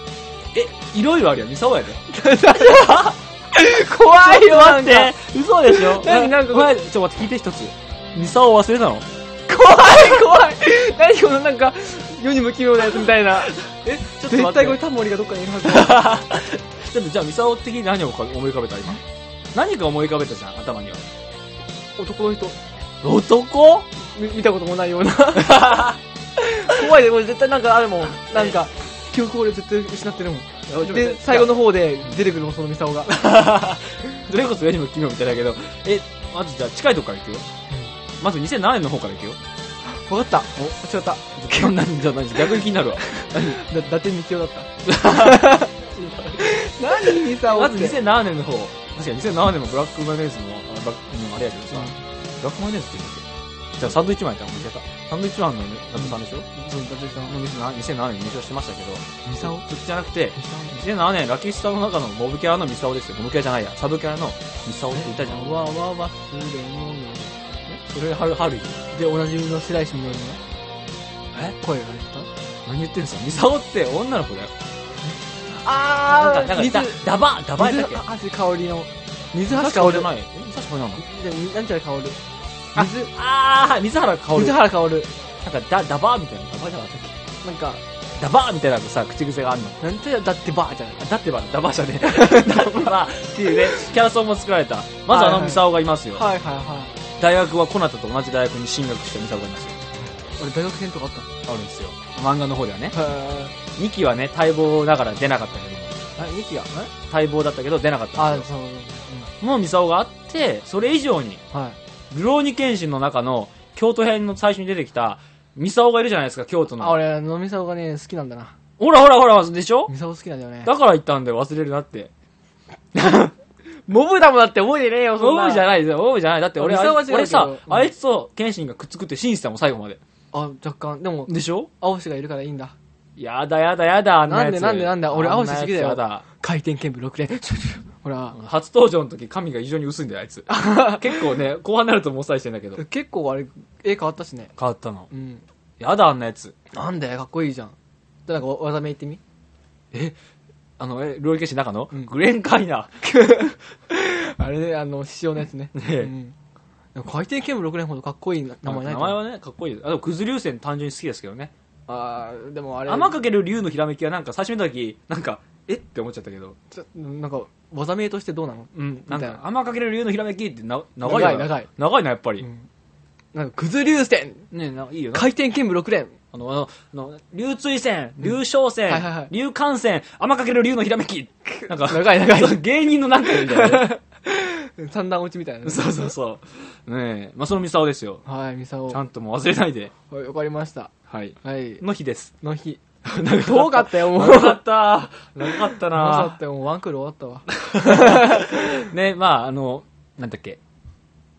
Speaker 1: え、いろいろあるやん、ミサオやで。
Speaker 2: 怖いよ、なん
Speaker 1: 待って
Speaker 2: か。
Speaker 1: 嘘でしょ
Speaker 2: [LAUGHS] 何なんか
Speaker 1: お前、ちょ、待って、聞いて一つ。ミサオ忘れたの
Speaker 2: 怖怖い何このなんか世に不奇妙なやつみたいな
Speaker 1: えちょっと
Speaker 2: 絶
Speaker 1: 待っ
Speaker 2: 対こ
Speaker 1: て
Speaker 2: れタモリがどっかにい [LAUGHS] るはず
Speaker 1: ちょっとじゃあミサオ的に何を思い浮かべた今何か思い浮かべたじゃん頭には
Speaker 2: 男の人
Speaker 1: 男
Speaker 2: み見たこともないような [LAUGHS] 怖いでこれ絶対なんかあるもんなんか記憶俺絶対失ってるもんで最後の方で出てくるもんそのミサ [LAUGHS] オが
Speaker 1: それこそ世にも奇妙みたいだけどえまずじゃあ近いとこからいくよまず2007年の方からいくよ
Speaker 2: 分かったお違った
Speaker 1: 今日何じゃ何逆に気になるわ
Speaker 2: だ伊達みきおだった [LAUGHS] 何ミサオ
Speaker 1: ま
Speaker 2: っ
Speaker 1: ず
Speaker 2: て
Speaker 1: 2007年の方確かに2007年もブラックマヨネーズのあバッうんあれやけどさ、ブラックマヨネーズって言うんだっけじゃあサンドイッチマンやったら間違えたサンドイッチマンの伊達さんでしょ、
Speaker 2: そう伊達さん
Speaker 1: もう2007 2007年に入賞してましたけど
Speaker 2: ミサオ
Speaker 1: そっちじゃなくて2007年ラキスタの中のモブキャラのミサオですよモブキャラじゃないやサブキャラのミサオっていたじゃん
Speaker 2: わわわすれもの
Speaker 1: それ春春
Speaker 2: で同じの白石みのりの
Speaker 1: え
Speaker 2: 声が入った
Speaker 1: 何言ってんすかミサオって女の子だよ
Speaker 2: あ
Speaker 1: なんか
Speaker 2: ー
Speaker 1: なんか
Speaker 2: 水
Speaker 1: ダダバダバやったっけ
Speaker 2: 水橋香りの水橋
Speaker 1: 確
Speaker 2: 香
Speaker 1: か
Speaker 2: り
Speaker 1: じゃないえ確かなの
Speaker 2: でもなんちゃら香る
Speaker 1: あ
Speaker 2: 水
Speaker 1: ああ水原かおる
Speaker 2: 水
Speaker 1: なん
Speaker 2: 原香る
Speaker 1: かダダバーみたいなダバーじゃなかったっ
Speaker 2: なんか
Speaker 1: けダバーみたいなのさ口癖があるの
Speaker 2: なんちゃらだってばーじゃない
Speaker 1: あだってばダバー
Speaker 2: [LAUGHS]
Speaker 1: じゃねえダバーっていうねキャラソンも作られたまずあのミサオがいますよ、
Speaker 2: はいはいはい
Speaker 1: 大学はコナタと同じ大学に進学したミサオがいますよ
Speaker 2: 俺大学生とかあった
Speaker 1: あるんですよ漫画の方ではね
Speaker 2: へ
Speaker 1: 2期はね待望ながら出なかったけど
Speaker 2: えミキが
Speaker 1: 待望だったけど出なかった
Speaker 2: あ
Speaker 1: ん
Speaker 2: ー
Speaker 1: です
Speaker 2: そううん
Speaker 1: よもうミサオがあってそれ以上に
Speaker 2: はい
Speaker 1: ルローニケンシンの中の京都編の最初に出てきたミサオがいるじゃないですか京都
Speaker 2: あ
Speaker 1: の
Speaker 2: 俺のみさおがね好きなんだな
Speaker 1: ほらほらほらでしょ
Speaker 2: みさお好きなんだよね
Speaker 1: だから言ったんだよ忘れるなって
Speaker 2: モブだもんだって覚えてねえよ
Speaker 1: オブじゃ
Speaker 2: ない
Speaker 1: ないですよオブじゃないだって俺
Speaker 2: ミサオは違うけど
Speaker 1: 俺さ
Speaker 2: うん
Speaker 1: あいつとケンシンがくっつくって信じたもん最後まで
Speaker 2: あ若干でも
Speaker 1: でしょ
Speaker 2: 青志がいるからいいんだ
Speaker 1: やだやだやだあんなやつ
Speaker 2: なんでなんでなんだ俺
Speaker 1: あんな
Speaker 2: 青
Speaker 1: やつ
Speaker 2: 志好きだよ
Speaker 1: やだ
Speaker 2: 回転剣舞6連 [LAUGHS] ほら
Speaker 1: 初登場の時髪が異常に薄いんだよあい [LAUGHS] つ結構ね後半になるともうさいしてんだけど
Speaker 2: 結構あれ絵変わったしね
Speaker 1: 変わったの
Speaker 2: うん
Speaker 1: やだあんなやつ
Speaker 2: なんだよかっこいいじゃんだなんかわ技名言ってみ
Speaker 1: あの、え、料理教師の中の、
Speaker 2: うん
Speaker 1: グレンカイナ。
Speaker 2: [LAUGHS] あれねあの師匠のやつね
Speaker 1: ね
Speaker 2: う
Speaker 1: え
Speaker 2: んでも回転剣舞6連ほどかっこいいな名前ない
Speaker 1: 名
Speaker 2: か
Speaker 1: 前
Speaker 2: ら
Speaker 1: はね、かっこいいです。あ、でも、くず流星単純に好きですけどね。
Speaker 2: あーでもあれ
Speaker 1: 天かける竜のひらめきはなんか最初見た時、なんか、えって思っちゃったけど、
Speaker 2: ちょなんか技名としてどうなの
Speaker 1: うん、なん
Speaker 2: みた
Speaker 1: か、
Speaker 2: いな
Speaker 1: 天かける竜のひらめきってな、長いよな
Speaker 2: 長い長い。
Speaker 1: 長いな、やっぱり。
Speaker 2: んなんかクズ流線
Speaker 1: ねないいよな。
Speaker 2: 回転剣舞6連
Speaker 1: あの、あの、あの竜追戦、竜昇戦、
Speaker 2: はいはいはい
Speaker 1: 竜関戦、天かける竜のひらめ [LAUGHS] き。なんか、
Speaker 2: 長い長い
Speaker 1: そう芸人のなんかみたいなね。
Speaker 2: [LAUGHS] 三段落ちみたいな
Speaker 1: [LAUGHS]
Speaker 2: ね
Speaker 1: そうそうそう。ねえ、まあ、そのミサオですよ。
Speaker 2: はいミサオ
Speaker 1: ちゃんともう忘れないで。
Speaker 2: はいわかりました
Speaker 1: はい。
Speaker 2: はい
Speaker 1: の日です。
Speaker 2: の [LAUGHS] 日
Speaker 1: [LAUGHS] なん
Speaker 2: [LAUGHS] 遠かったよもう
Speaker 1: 長かった。長かった
Speaker 2: まさ
Speaker 1: な
Speaker 2: ってもうワンクール終わったわ
Speaker 1: [LAUGHS] ね、まあ、あの、なんだっけ。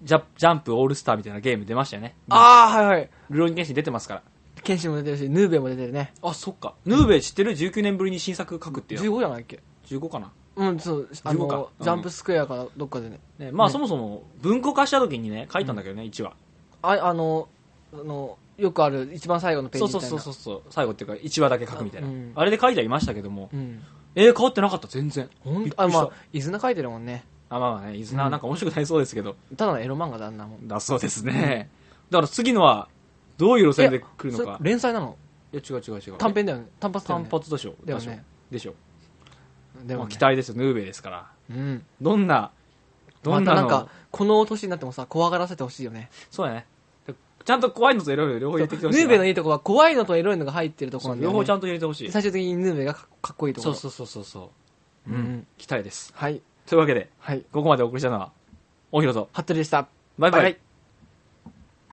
Speaker 1: ジャジャンプオールスターみたいなゲーム出ましたよね。
Speaker 2: [LAUGHS] ああはいはい
Speaker 1: ルローニケンシン出てますから。
Speaker 2: 剣士も出てるしヌーベも出てるね
Speaker 1: あ、そっか。ヌーベ知ってる ?19 年ぶりに新作書くってよ。
Speaker 2: 15じゃないっけ
Speaker 1: 15かな。
Speaker 2: うんそうあ
Speaker 1: 15か
Speaker 2: の
Speaker 1: うん
Speaker 2: ジャンプスクエアからどっかでね
Speaker 1: ね、まあ、
Speaker 2: ね
Speaker 1: そもそも文庫化した時にね、書いたんだけどね、1話。
Speaker 2: ああのあのよくある一番最後のペ
Speaker 1: そ
Speaker 2: ー
Speaker 1: う
Speaker 2: ジ
Speaker 1: そう
Speaker 2: みたいな
Speaker 1: そうそうそう。最後っていうか、1話だけ書くみたいな。
Speaker 2: あ
Speaker 1: あ,、
Speaker 2: うん
Speaker 1: れで書いてはいましたけども。
Speaker 2: うん
Speaker 1: えー、変わってなかった、全然。
Speaker 2: ほん
Speaker 1: びっくりした
Speaker 2: あまあ伊豆名書いてるもんね
Speaker 1: あ、まあまあね、伊豆な、
Speaker 2: うん
Speaker 1: なんか面白くないそうですけど。
Speaker 2: ただのエロ漫画だあんなもん
Speaker 1: だそうですね。 [LAUGHS] だから次のは、どういう路線で来るの
Speaker 2: え
Speaker 1: か
Speaker 2: それ。連載なの
Speaker 1: いや、違う違う違う。
Speaker 2: 短編だよね単発だよ
Speaker 1: 単
Speaker 2: ね
Speaker 1: 発でしょ。
Speaker 2: だよね
Speaker 1: でしょ。
Speaker 2: で
Speaker 1: ま
Speaker 2: も
Speaker 1: あ
Speaker 2: ね
Speaker 1: 期待ですよ、ヌーベですから。
Speaker 2: うん
Speaker 1: どんな、どん
Speaker 2: ま
Speaker 1: な
Speaker 2: たな
Speaker 1: の、
Speaker 2: んかこの年になってもさ怖がらせてほしいよね
Speaker 1: そうだね。ちゃんと怖いのとエロいの両方入
Speaker 2: ヌ
Speaker 1: れてきてほしいな。
Speaker 2: ーベのいいとこは怖いのとエロいのが入ってるとこ
Speaker 1: そ
Speaker 2: な
Speaker 1: うん
Speaker 2: だよ
Speaker 1: 両
Speaker 2: ね
Speaker 1: 方ちゃんと入れてほしい。
Speaker 2: 最終的にヌーベがかかっこいいとこ
Speaker 1: そ
Speaker 2: ろ
Speaker 1: うそうそうそうそう。
Speaker 2: う
Speaker 1: うんん。期待です。
Speaker 2: はい
Speaker 1: というわけで、
Speaker 2: はい
Speaker 1: ここまでお送りしたのは、大広と、
Speaker 2: 服部でした
Speaker 1: バイバイ。
Speaker 2: バイバイ